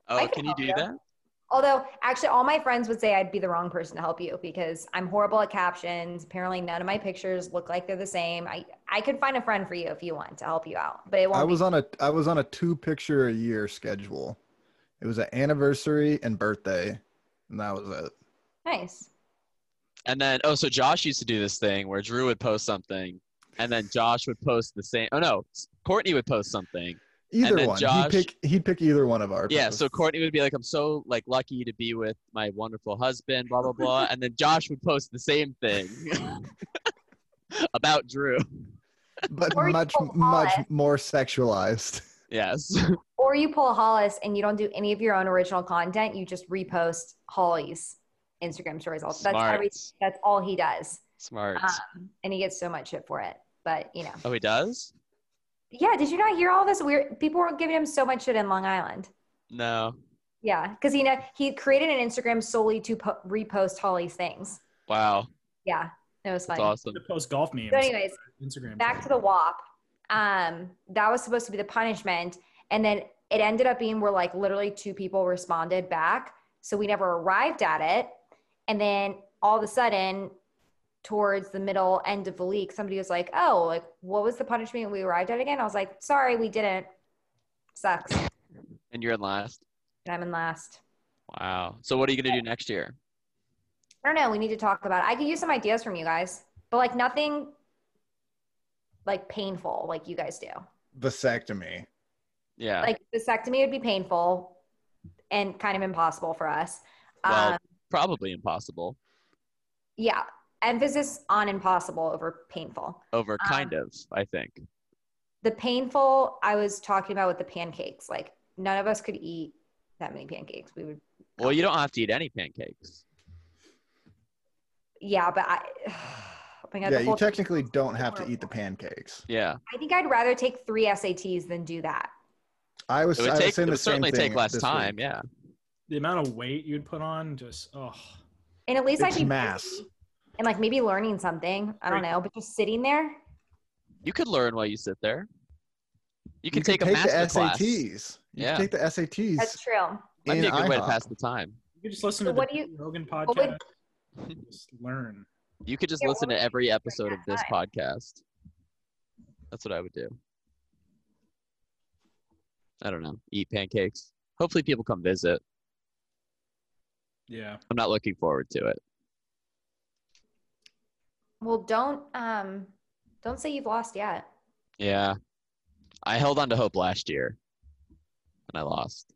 Oh, I can can you help do you. that? Although, actually, all my friends would say I'd be the wrong person to help you because I'm horrible at captions. Apparently, none of my pictures look like they're the same. I I could find a friend for you if you want to help you out, but it won't. I was be. on a I was on a two picture a year schedule. It was an anniversary and birthday, and that was it. nice. And then oh, so Josh used to do this thing where Drew would post something, and then Josh would post the same. Oh no, Courtney would post something. And Either then one. Josh- he'd pick he'd pick either one of our Yeah, posts. so Courtney would be like, "I'm so like lucky to be with my wonderful husband," blah blah blah, and then Josh would post the same thing about Drew. but Or you much pull much Hollis. more sexualized. Yes, Or you pull Hollis and you don't do any of your own original content. You just repost Holly's Instagram stories. All that's smart, every, that's all he does, smart. um, and he gets so much shit for it. But you know, oh, he does? yeah. Did you not hear all this weird? People were giving him so much shit in Long Island. No. Yeah, because he ne- he created an Instagram solely to po- repost Holly's things. Wow, Yeah, it was that's funny. awesome. To post golf memes. So, anyways, on Instagram. back to the WAP. Um, that was supposed to be the punishment, and then it ended up being where like literally two people responded back, so we never arrived at it. And then all of a sudden, towards the middle end of the leak, somebody was like, "Oh, like what was the punishment we arrived at again?" I was like, "Sorry, we didn't. Sucks." And And you're in last. I'm in last. Wow. So what are you gonna do next year? I don't know. We need to talk about it. I could use some ideas from you guys, but like nothing like painful like you guys do. Vasectomy. Yeah. Like vasectomy would be painful and kind of impossible for us. Well- um, Probably impossible yeah. Emphasis on impossible over painful. over kind of. I think. The painful I was talking about with the pancakes, like none of us could eat that many pancakes. We would, Well, you don't have to eat any pancakes. yeah, but I, oh my God, Yeah, the you whole- technically don't have to eat the pancakes. Yeah. I think I'd rather take three SATs than do that. I was It would I take. was saying It the would same certainly thing take less this time. week. Yeah. the amount of weight you'd put on, just oh, And at least I'd It's be mass. busy and like maybe learning something. I don't Right. know, but just sitting there. You could learn while you sit there. You could You take a master the class. SATs. You Yeah. can take the SATs. That's true. That'd be a in good way to IHOP. pass the time. you could just listen So to what the do Joe Rogan podcast. what would- just learn. You could just Yeah, listen what to would every episode of that this podcast. That's what I would do. I don't know. Eat pancakes. Hopefully, people come visit. Yeah. I'm not looking forward to it. Well, don't um, don't say you've lost yet. Yeah. I held on to hope last year and I lost.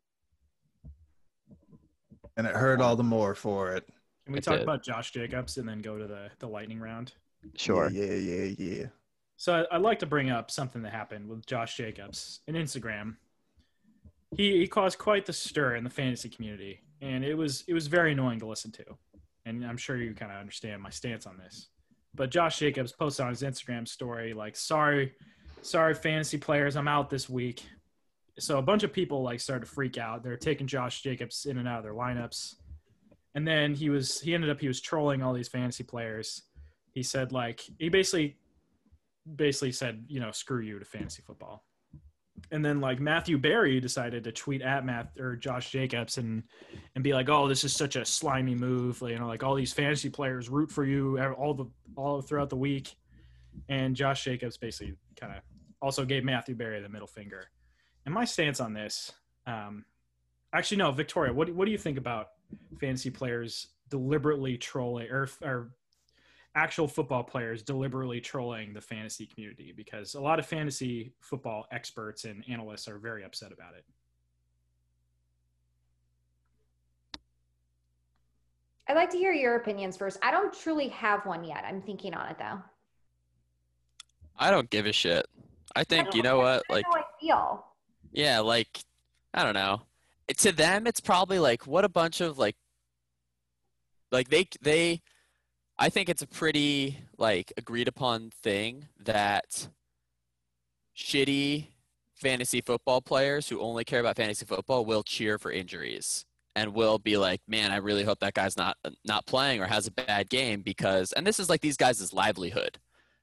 and it hurt all the more for it. Can we It talk did. about Josh Jacobs and then go to the the lightning round? Sure. Yeah, yeah, yeah. yeah. So I, I'd like to bring up something that happened with Josh Jacobs in Instagram. He, he caused quite the stir in the fantasy community, and it was it was very annoying to listen to. And I'm sure you kind of understand my stance on this. But Josh Jacobs posted on his Instagram story like, "Sorry, sorry, fantasy players, I'm out this week." So a bunch of people like started to freak out. They're taking Josh Jacobs in and out of their lineups, and then he was he ended up he was trolling all these fantasy players. He said like he basically basically said, you know, screw you to fantasy football. And then like Matthew Barry decided to tweet at Math or Josh Jacobs and and be like, oh, this is such a slimy move. Like, You know, like all these fantasy players root for you ev- all the all throughout the week. And Josh Jacobs basically kind of also gave Matthew Barry the middle finger. And my stance on this, um, actually, no, Victoria, what do- what do you think about fantasy players deliberately trolling or, or actual football players deliberately trolling the fantasy community because a lot of fantasy football experts and analysts are very upset about it. I'd like to hear your opinions first. I don't truly have one yet. I'm thinking on it though. I don't give a shit. I think, you know what? Like, How I feel. Yeah, like I don't know. It, to them, it's probably like what a bunch of like, like they they. I think it's a pretty like agreed upon thing that shitty fantasy football players who only care about fantasy football will cheer for injuries and will be like, man, I really hope that guy's not not playing or has a bad game because and this is like these guys' livelihood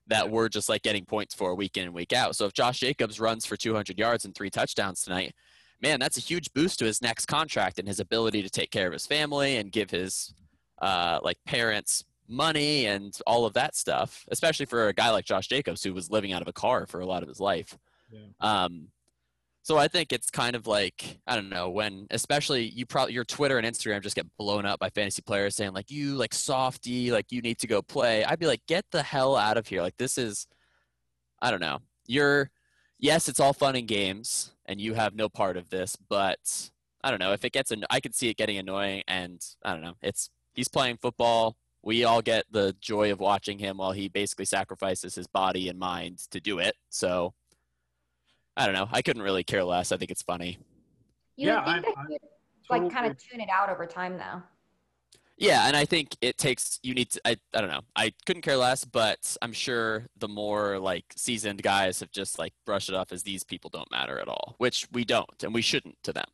that we're just like getting points for week in and week out. So if Josh Jacobs runs for 200 yards and three touchdowns tonight, man, that's a huge boost to his next contract and his ability to take care of his family and give his uh, like parents money and all of that stuff. Especially for a guy like Josh Jacobs who was living out of a car for a lot of his life. Yeah. Um, So I think it's kind of like I don't know when, especially you probably your Twitter and Instagram just get blown up by fantasy players saying like you like softy, like you need to go play. I'd be like, get the hell out of here. Like this is, I don't know. You're, yes, it's all fun and games, and you have no part of this. But I don't know if it gets. An- I could see it getting annoying, and I don't know. It's he's playing football. We all get the joy of watching him while he basically sacrifices his body and mind to do it. So I don't know. I couldn't really care less. I think it's funny. You Yeah, would think I- that I you'd Totally. like kind of tune it out over time though. Yeah, and I think it takes you need to I, I don't know. I couldn't care less, but I'm sure the more like seasoned guys have just like brushed it off as these people don't matter at all, which we don't and we shouldn't to them.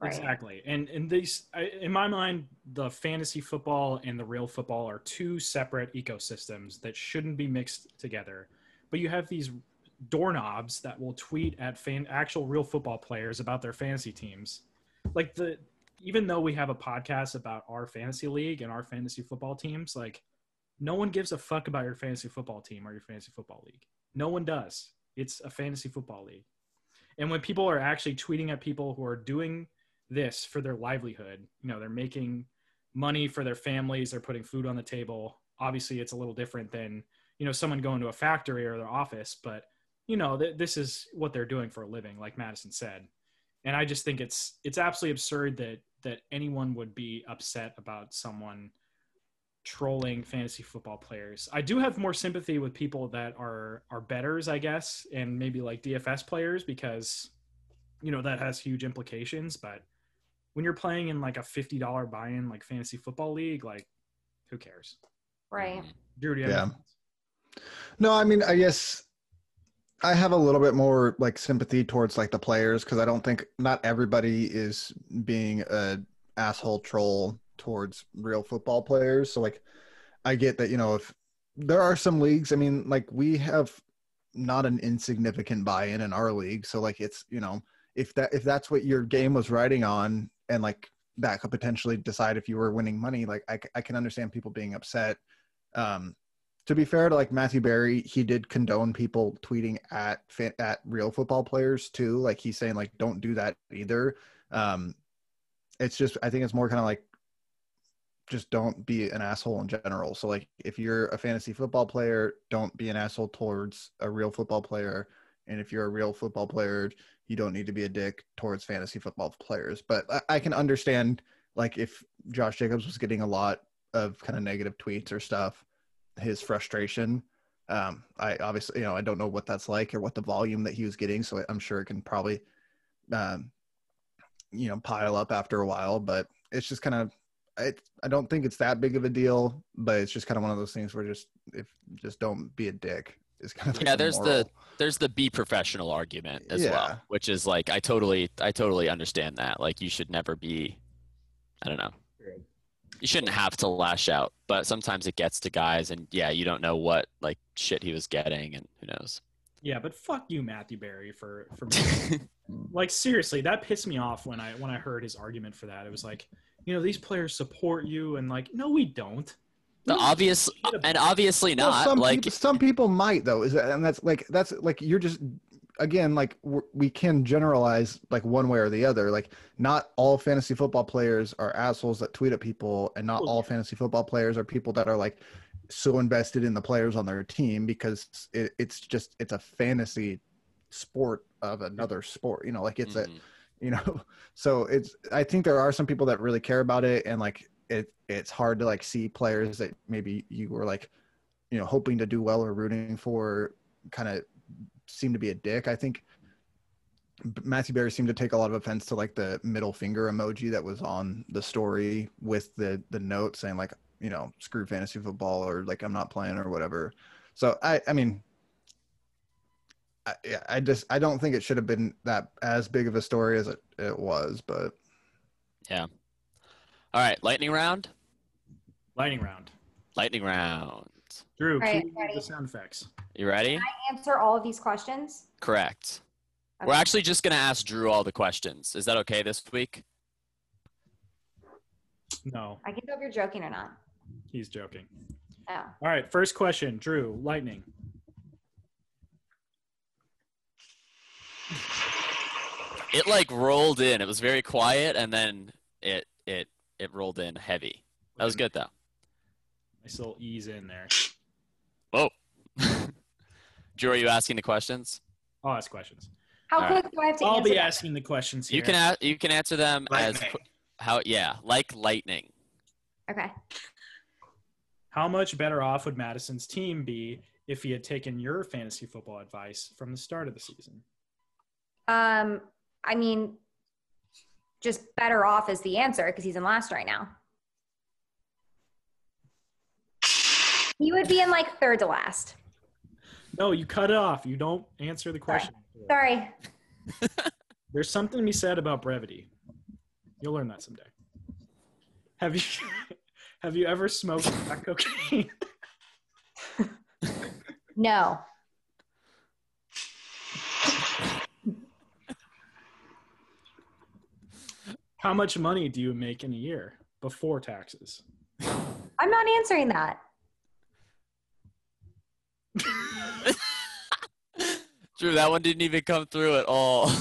Right. Exactly. And and these I, in my mind the fantasy football and the real football are two separate ecosystems that shouldn't be mixed together. But you have these doorknobs that will tweet at fan, actual real football players about their fantasy teams. Like the even though we have a podcast about our fantasy league and our fantasy football teams, like no one gives a fuck about your fantasy football team or your fantasy football league. No one does. It's a fantasy football league. And when people are actually tweeting at people who are doing this for their livelihood. You know, they're making money for their families, they're putting food on the table. Obviously, it's a little different than, you know, someone going to a factory or their office, but, you know, th- this is what they're doing for a living, like Madison said. And I just think it's it's absolutely absurd that that anyone would be upset about someone trolling fantasy football players. I do have more sympathy with people that are are betters, I guess, and maybe like DFS players because you know that has huge implications, but when you're playing in like a fifty dollar buy-in like fantasy football league, like who cares? Right. Mm-hmm. Drew, do you have Yeah. any thoughts? No, I mean, I guess I have a little bit more like sympathy towards like the players because I don't think not everybody is being a asshole troll towards real football players. So like, I get that you know if there are some leagues. I mean, like we have not an insignificant buy-in in our league. So like it's you know if that if that's what your game was riding on and like that could potentially decide if you were winning money. Like I c- I can understand people being upset. Um, to be fair to like Matthew Barry, he did condone people tweeting at fan, at real football players too. Like he's saying like don't do that either. Um, it's just I think it's more kind of like just don't be an asshole in general. So like if you're a fantasy football player, don't be an asshole towards a real football player. And if you're a real football player, you don't need to be a dick towards fantasy football players. But I, I can understand like if Josh Jacobs was getting a lot of kind of negative tweets or stuff his frustration. Um, I obviously, you know, I don't know what that's like or what the volume that he was getting, so I'm sure it can probably, um, you know, pile up after a while. But it's just kind of, I, I don't think it's that big of a deal, but it's just kind of one of those things where just if just don't be a dick is kind of like Yeah, there's the- moral. There's the be professional argument as Yeah. well, which is like I totally I totally understand that. Like you should never be I don't know. You shouldn't have to lash out, but sometimes it gets to guys and yeah, you don't know what like shit he was getting and who knows. Yeah, but fuck you, Matthew Barry, for for like seriously, that pissed me off when I when I heard his argument for that. It was like, you know, these players support you, and like, no, we don't. The obvious and obviously Well, not some like people, some people might though, is that, and that's like that's like you're just again like we're, we can generalize like one way or the other. Like not all fantasy football players are assholes that tweet at people, and not Oh, Well, all yeah. fantasy football players are people that are like so invested in the players on their team because it, it's just it's a fantasy sport of another sport. You know, like it's a Mhm. you know so it's i think there are some people that really care about it and like it it's hard to like see players that maybe you were like you know hoping to do well or rooting for kind of seem to be a dick i think B- matthew berry seemed to take a lot of offense to like the middle finger emoji that was on the story with the the note saying like you know screw fantasy football or like i'm not playing or whatever so i i mean I, yeah, I just I don't think it should have been that as big of a story as it, it was, but All right, lightning round. Lightning round. Lightning round. Drew, Right, cue ready. the sound effects. You ready? Answer all of these questions. Correct. We're Okay. actually just going to ask Drew all the questions. Is that okay this week? No, I can tell if you're joking or not. he's joking. Oh. All right, first question, Drew. Lightning. it like rolled in. It was very quiet, and then it it it rolled in heavy. That was good though. Nice little ease in there. Whoa. Drew, are you asking the questions? I'll ask questions. How All right. quick do I have to I'll answer be that? asking the questions here. You can a- you can answer them as Lightning. qu- how yeah like lightning. Okay. How much better off would Madison's team be if he had taken your fantasy football advice from the start of the season? Um, I mean, just better off is the answer because he's in last right now. He would be in like third to last. No, you cut it off. You don't answer the question. Sorry. There's something to be said about brevity. You'll learn that someday. Have you have you ever smoked crack cocaine? No. How much money do you make in a year before taxes? I'm not answering that. Drew, that one didn't even come through at all.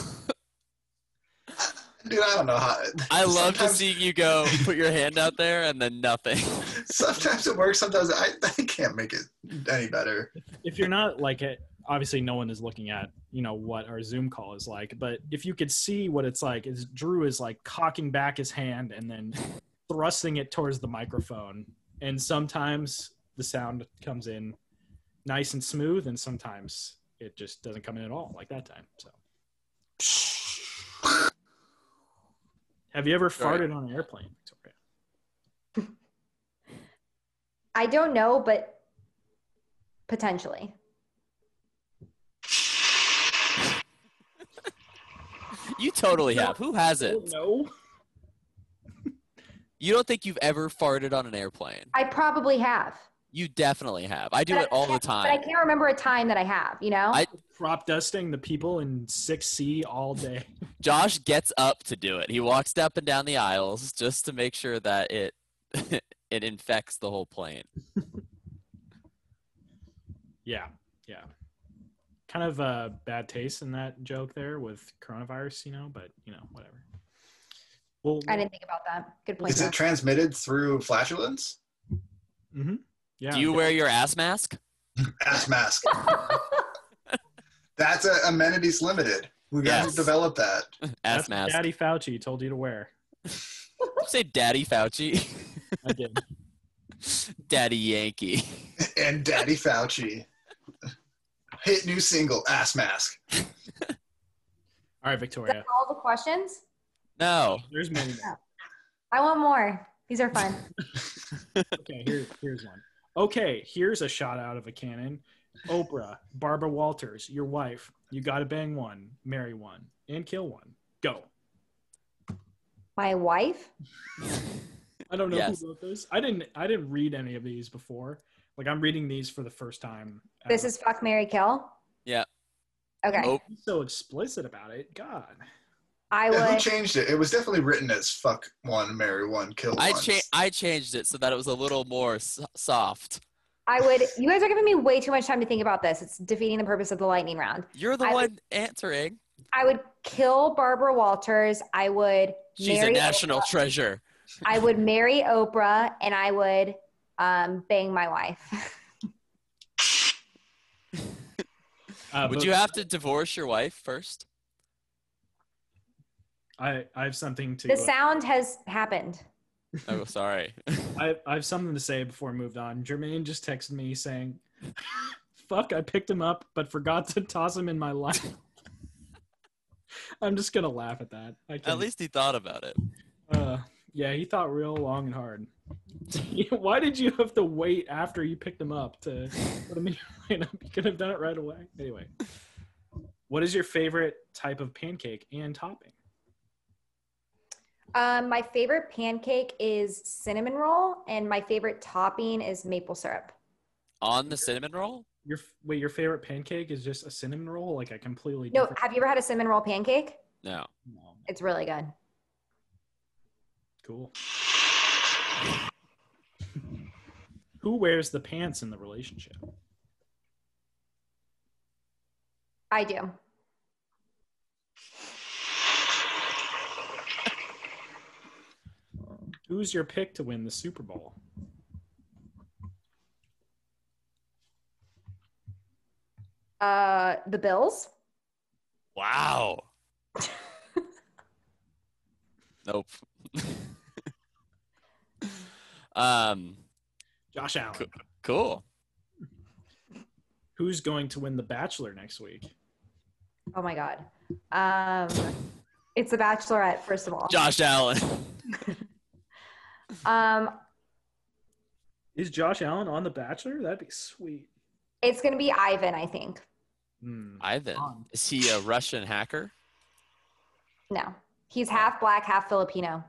Dude, I don't know how. I love to sometimes- see you go put your hand out there and then nothing. Sometimes it works. Sometimes I, I can't make it any better. If you're not like it, obviously no one is looking at you know what our Zoom call is like. But if you could see what it's like, is Drew is like cocking back his hand and then thrusting it towards the microphone, and sometimes the sound comes in nice and smooth, and sometimes it just doesn't come in at all, like that time. So, have you ever Sorry. farted on an airplane, Victoria? I don't know, but potentially. You totally have. Who hasn't? No. You don't think you've ever farted on an airplane? I probably have. You definitely have. I do But I it all the can't- But I time. can't remember a time that I have, you know? I- Prop dusting the people in 6C all day. Josh gets up to do it. He walks up and down the aisles just to make sure that it it infects the whole plane. Yeah, yeah. Kind of uh, bad taste in that joke there with coronavirus, you know, but you know, whatever. Well, I didn't think about that. Good point. Is it Josh. transmitted through flatulence? mhm. yeah. Do you wear your ass mask? Ass mask. That's a, amenities limited. We got Yes. to develop that. Ass That's what mask. Daddy Fauci told you to wear. Did you say Daddy Fauci? I did. Daddy Yankee. And Daddy Fauci. Hit new single, ass mask. All right, Is that Victoria. all the questions? No. There's many. more. I want more. These are fun. Okay, here, here's one. Okay, here's a shot out of a cannon. Oprah, Barbara Walters, your wife. You gotta bang one, marry one, and kill one. Go. My wife? I don't know Yes. who wrote this. I didn't. I didn't read any of these before. Like I'm reading these for the first time. This ever. is fuck Mary Kill? Yeah. Okay. Nope. He's so explicit about it. God. I Yeah, who would changed it? It was definitely written as fuck one, marry one, kill I one. cha- I changed it so that it was a little more s- soft. I would you guys are giving me way too much time to think about this. It's defeating the purpose of the lightning round. You're the I one would- answering. I would kill Barbara Walters. I would She's marry a national treasure. I would marry Oprah and I would um, bang my wife. Uh, Would but you have to divorce your wife first? I, I have something to. the sound has happened. Oh, sorry. I, I have something to say before I moved on. Jermaine just texted me saying, "Fuck, I picked him up, but forgot to toss him in my lap." I'm just gonna laugh at that. I can, At least he thought about it. Uh, yeah, he thought real long and hard. Why did you have to wait after you picked him up to put him in your lineup? You could have done it right away. Anyway, what is your favorite type of pancake and topping? Um, my favorite pancake is cinnamon roll, and my favorite topping is maple syrup. On the cinnamon roll? Your wait, your favorite pancake is just a cinnamon roll, like a completely No, different. have you ever had a cinnamon roll pancake? No. No. It's really good. Cool. Who wears the pants in the relationship? I do. Who's your pick to win the Super Bowl? Uh, the Bills. Wow. nope. um, Josh Allen. cool. Who's going to win The Bachelor next week? Oh my God. Um, it's the Bachelorette, first of all. Josh Allen. Um, Is Josh Allen on The Bachelor? That'd be sweet. it's going to be Ivan, I think. Hmm. Ivan. Is he a Russian hacker? No, he's half black, half Filipino.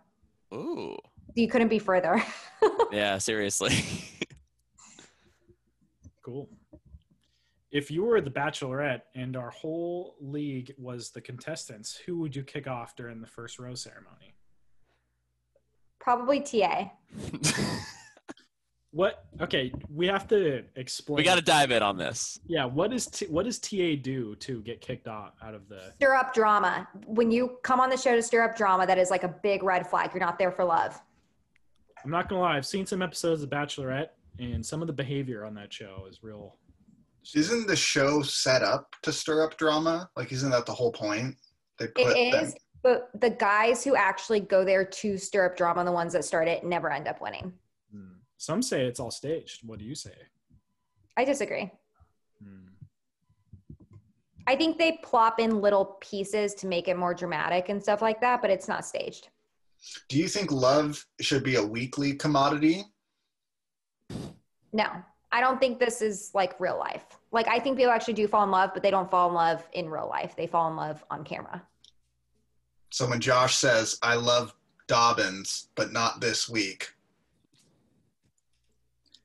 Ooh. You couldn't be further. Yeah, seriously. Cool. If you were the Bachelorette and our whole league was the contestants, who would you kick off during the first row ceremony? Probably TA. What? Okay, we have to explain. we got to dive in on this. Yeah, what is T- what does TA do to get kicked out out of the? Stir up drama. When you come on the show to stir up drama, that is like a big red flag. You're not there for love. I'm not gonna lie, I've seen some episodes of Bachelorette, and some of the behavior on that show is real. Isn't the show set up to stir up drama? Like, isn't that the whole point? They put It them- is, but the guys who actually go there to stir up drama, the ones that start it, never end up winning. hmm. Some say it's all staged. What do you say? Hmm. I disagree. I think they plop in little pieces to make it more dramatic and stuff like that, but it's not staged. Do you think love should be a weekly commodity? No, I don't think this is like real life. Like, I think people actually do fall in love, but they don't fall in love in real life. They fall in love on camera. So when Josh says, I love Dobbins, but not this week,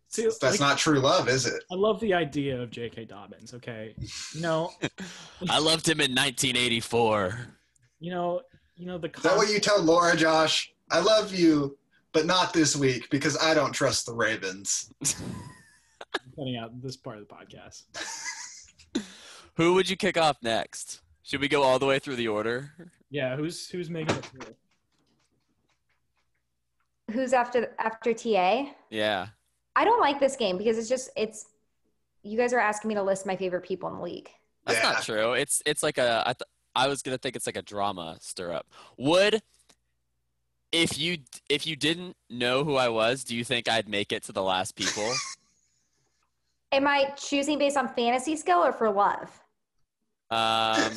See, that's like, not true love, is it? I love the idea of J.K. Dobbins. Okay, you know, I loved him in 1984. you know, you know the. Is that what you tell Laura, Josh? I love you, but not this week because I don't trust the Ravens. cutting out this part of the podcast. Who would you kick off next? Should we go all the way through the order? Yeah, who's who's making it? through? Who's after after TA? Yeah. I don't like this game because it's just it's. You guys are asking me to list my favorite people in the league. That's Yeah. not true. It's it's like a I, th- I was gonna think it's like a drama stir up. Would if you if you didn't know who I was, do you think I'd make it to the last people? Am I choosing based on fantasy skill or for love? um,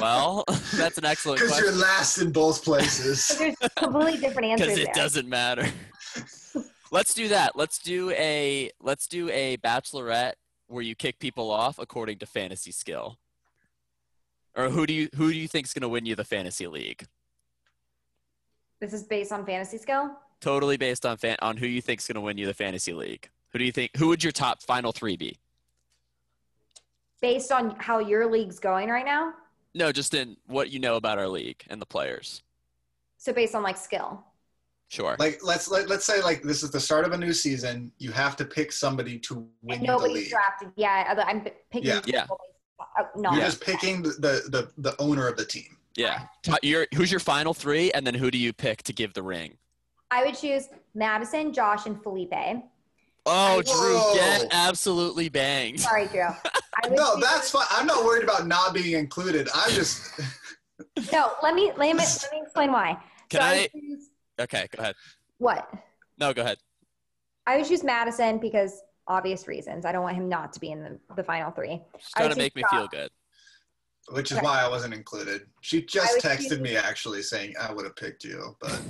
well, that's an excellent Because you're question last in But both places. There's completely different answers because it there. doesn't matter. let's do that. Let's do a let's do a bachelorette where you kick people off according to fantasy skill. Or who do you who do you think's gonna win you the fantasy league? This is based on fantasy skill. totally based on fan- on who you think's going to win you the fantasy league. Who do you think? Who would your top final three be? Based on how your league's going right now. No, just in what you know about our league and the players. So based on like skill. Sure. like let's let, let's say like this is the start of a new season. You have to pick somebody to win And you the nobody's league. drafted. Yeah, other- I'm p- picking. Yeah. Yeah. people based on- oh, no, You're just picking the, the the the owner of the team. yeah. Top, your, who's your final three, and then who do you pick to give the ring? I would choose Madison, Josh, and Felipe. Oh, Whoa. Drew get absolutely banged. Sorry, Drew. I would No, choose- that's fine. I'm not worried about not being included. I'm just no. Let me let me let me explain why. Can so I I? would choose, Okay, go ahead. what? No, go ahead. I would choose Madison because obvious reasons. I don't want him not to be in the, the final three. She's I trying would to choose make me Josh. feel good. which is Okay. why I wasn't included. She I just would texted choose- me actually saying I would have picked you, but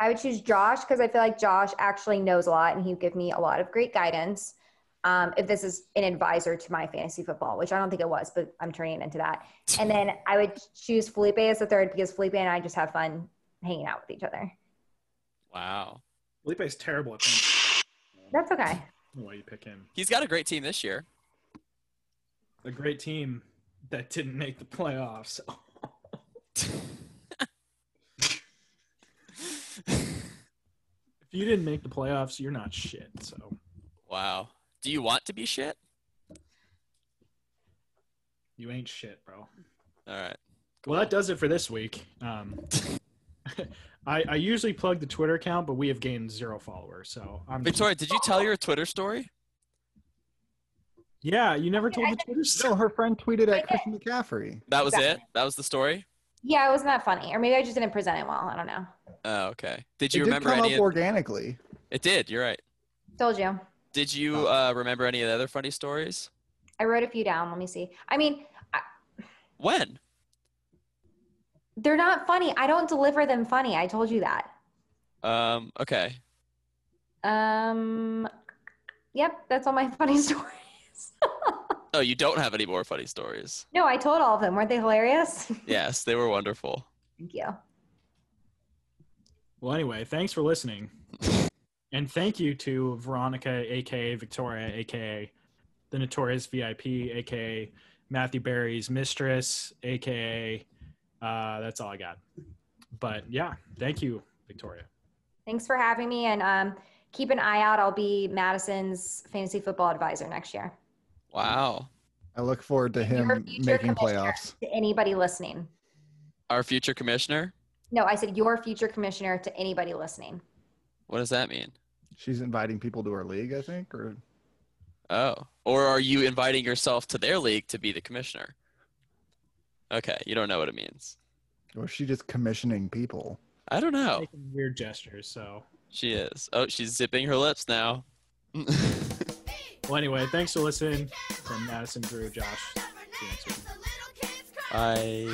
I would choose Josh because I feel like Josh actually knows a lot and he'd give me a lot of great guidance. Um, if this is an advisor to my fantasy football, which I don't think it was, but I'm turning it into that. And then I would choose Felipe as the third because Felipe and I just have fun hanging out with each other. Wow. Felipe's terrible at playing. That's okay. Why you pick him? He's got a great team this year. A great team that didn't make the playoffs. if you didn't make the playoffs, you're not shit. So Wow. Do you want to be shit? you ain't shit, bro. All right. Well, that does it for this week. Um, I, I usually plug the Twitter account, but we have gained zero followers. So I'm Victoria, did you tell your Twitter story? Yeah, you never told I the Twitter story. No, her friend tweeted I at Chris McCaffrey. That was it. That was the story. Yeah, it wasn't that funny. Or maybe I just didn't present it well. I don't know. Oh, okay. Did you it remember did come any? up Of, organically. it did. You're right. Told you. Did you Oh. uh, remember any of the other funny stories? I wrote a few down. Let me see. I mean, When? they're not funny. I don't deliver them funny. I told you that. Um. Okay. Um, yep, that's all my funny stories. Oh, you don't have any more funny stories. no, I told all of them. Weren't they hilarious? Yes, they were wonderful. Thank you. Well, anyway, thanks for listening. and thank you to Veronica, aka Victoria, aka the Notorious VIP, aka Matthew Barry's mistress, aka uh, that's all I got. But yeah, thank you, Victoria. Thanks for having me, and um, keep an eye out. I'll be Madison's fantasy football advisor next year. Wow. I look forward to Your him future making commissioner. playoffs. To anybody listening, Our future commissioner. no, I said your future commissioner. To anybody listening, What does that mean? She's inviting people to her league, I think, or Oh, or are you inviting yourself to their league to be the commissioner? Okay, you don't know what it means. or is she just commissioning people. I don't know. Making weird gestures. So, She is. Oh, she's zipping her lips now. well, anyway, thanks for listening from Madison, Drew, Josh. See you next week. I.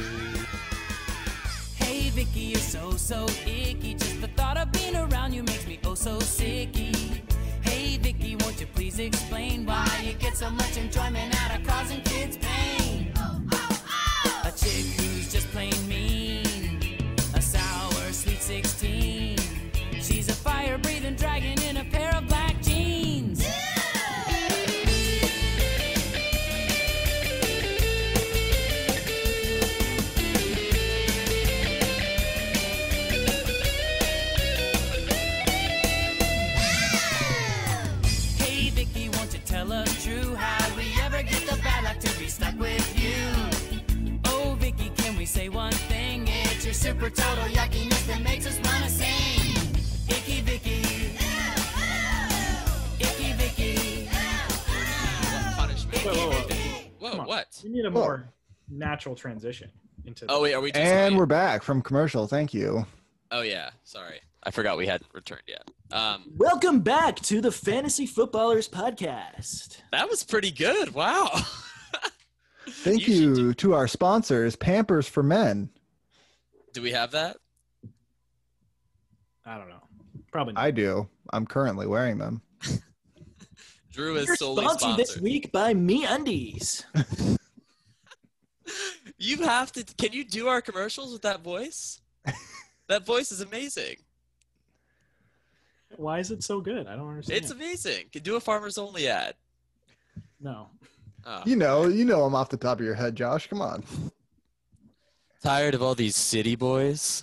Hey Vicky, you're so so icky. Just the thought of being around you makes me oh so sicky. Hey Vicky, won't you please explain why you get so much enjoyment out of causing kids pain? A chick who's just plain mean, a sour sweet sixteen. She's a fire breathing dragon in a pair of black jeans. Hey Vicky, won't you tell us true how we ever get the bad luck to be stuck with you? Oh Vicky, can we say one thing? It's your super total yuckiness that makes us wanna sing. Icky Vicky. Icky Vicky. Punishment. Whoa, whoa, whoa. Whoa, Come on. Oh, what? We need a more natural transition into. Oh, wait, are we just. And we're back from commercial. Thank you. Oh, yeah, sorry. I forgot we hadn't returned yet. Um, Welcome back to the Fantasy Footballers Podcast. that was pretty good. Wow. Thank You you, should to our sponsors, Pampers for Men. Do we have that? I don't know. Probably not. I do. I'm currently wearing them. Drew is You're solely sponsored sponsored. this week by Me Undies. You have to. Can you do our commercials with that voice? that voice is amazing. Why is it so good? I don't understand. It's amazing. Can do a farmers only ad. no. Oh. You know, you know them off the top of your head, Josh. Come on. Tired of all these city boys?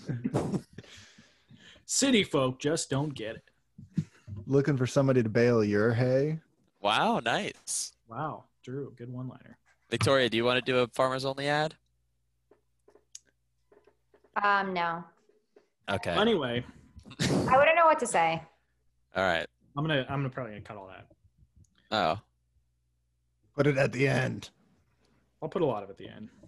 City folk just don't get it. Looking for somebody to bail your hay? Wow, nice. Wow, Drew, good one-liner. Victoria, do you want to do a farmers only ad? um, no, Okay. Anyway, I wouldn't know what to say. All right. I'm gonna I'm gonna probably gonna cut all that. Oh. Put it at the end. I'll put a lot of it at the end.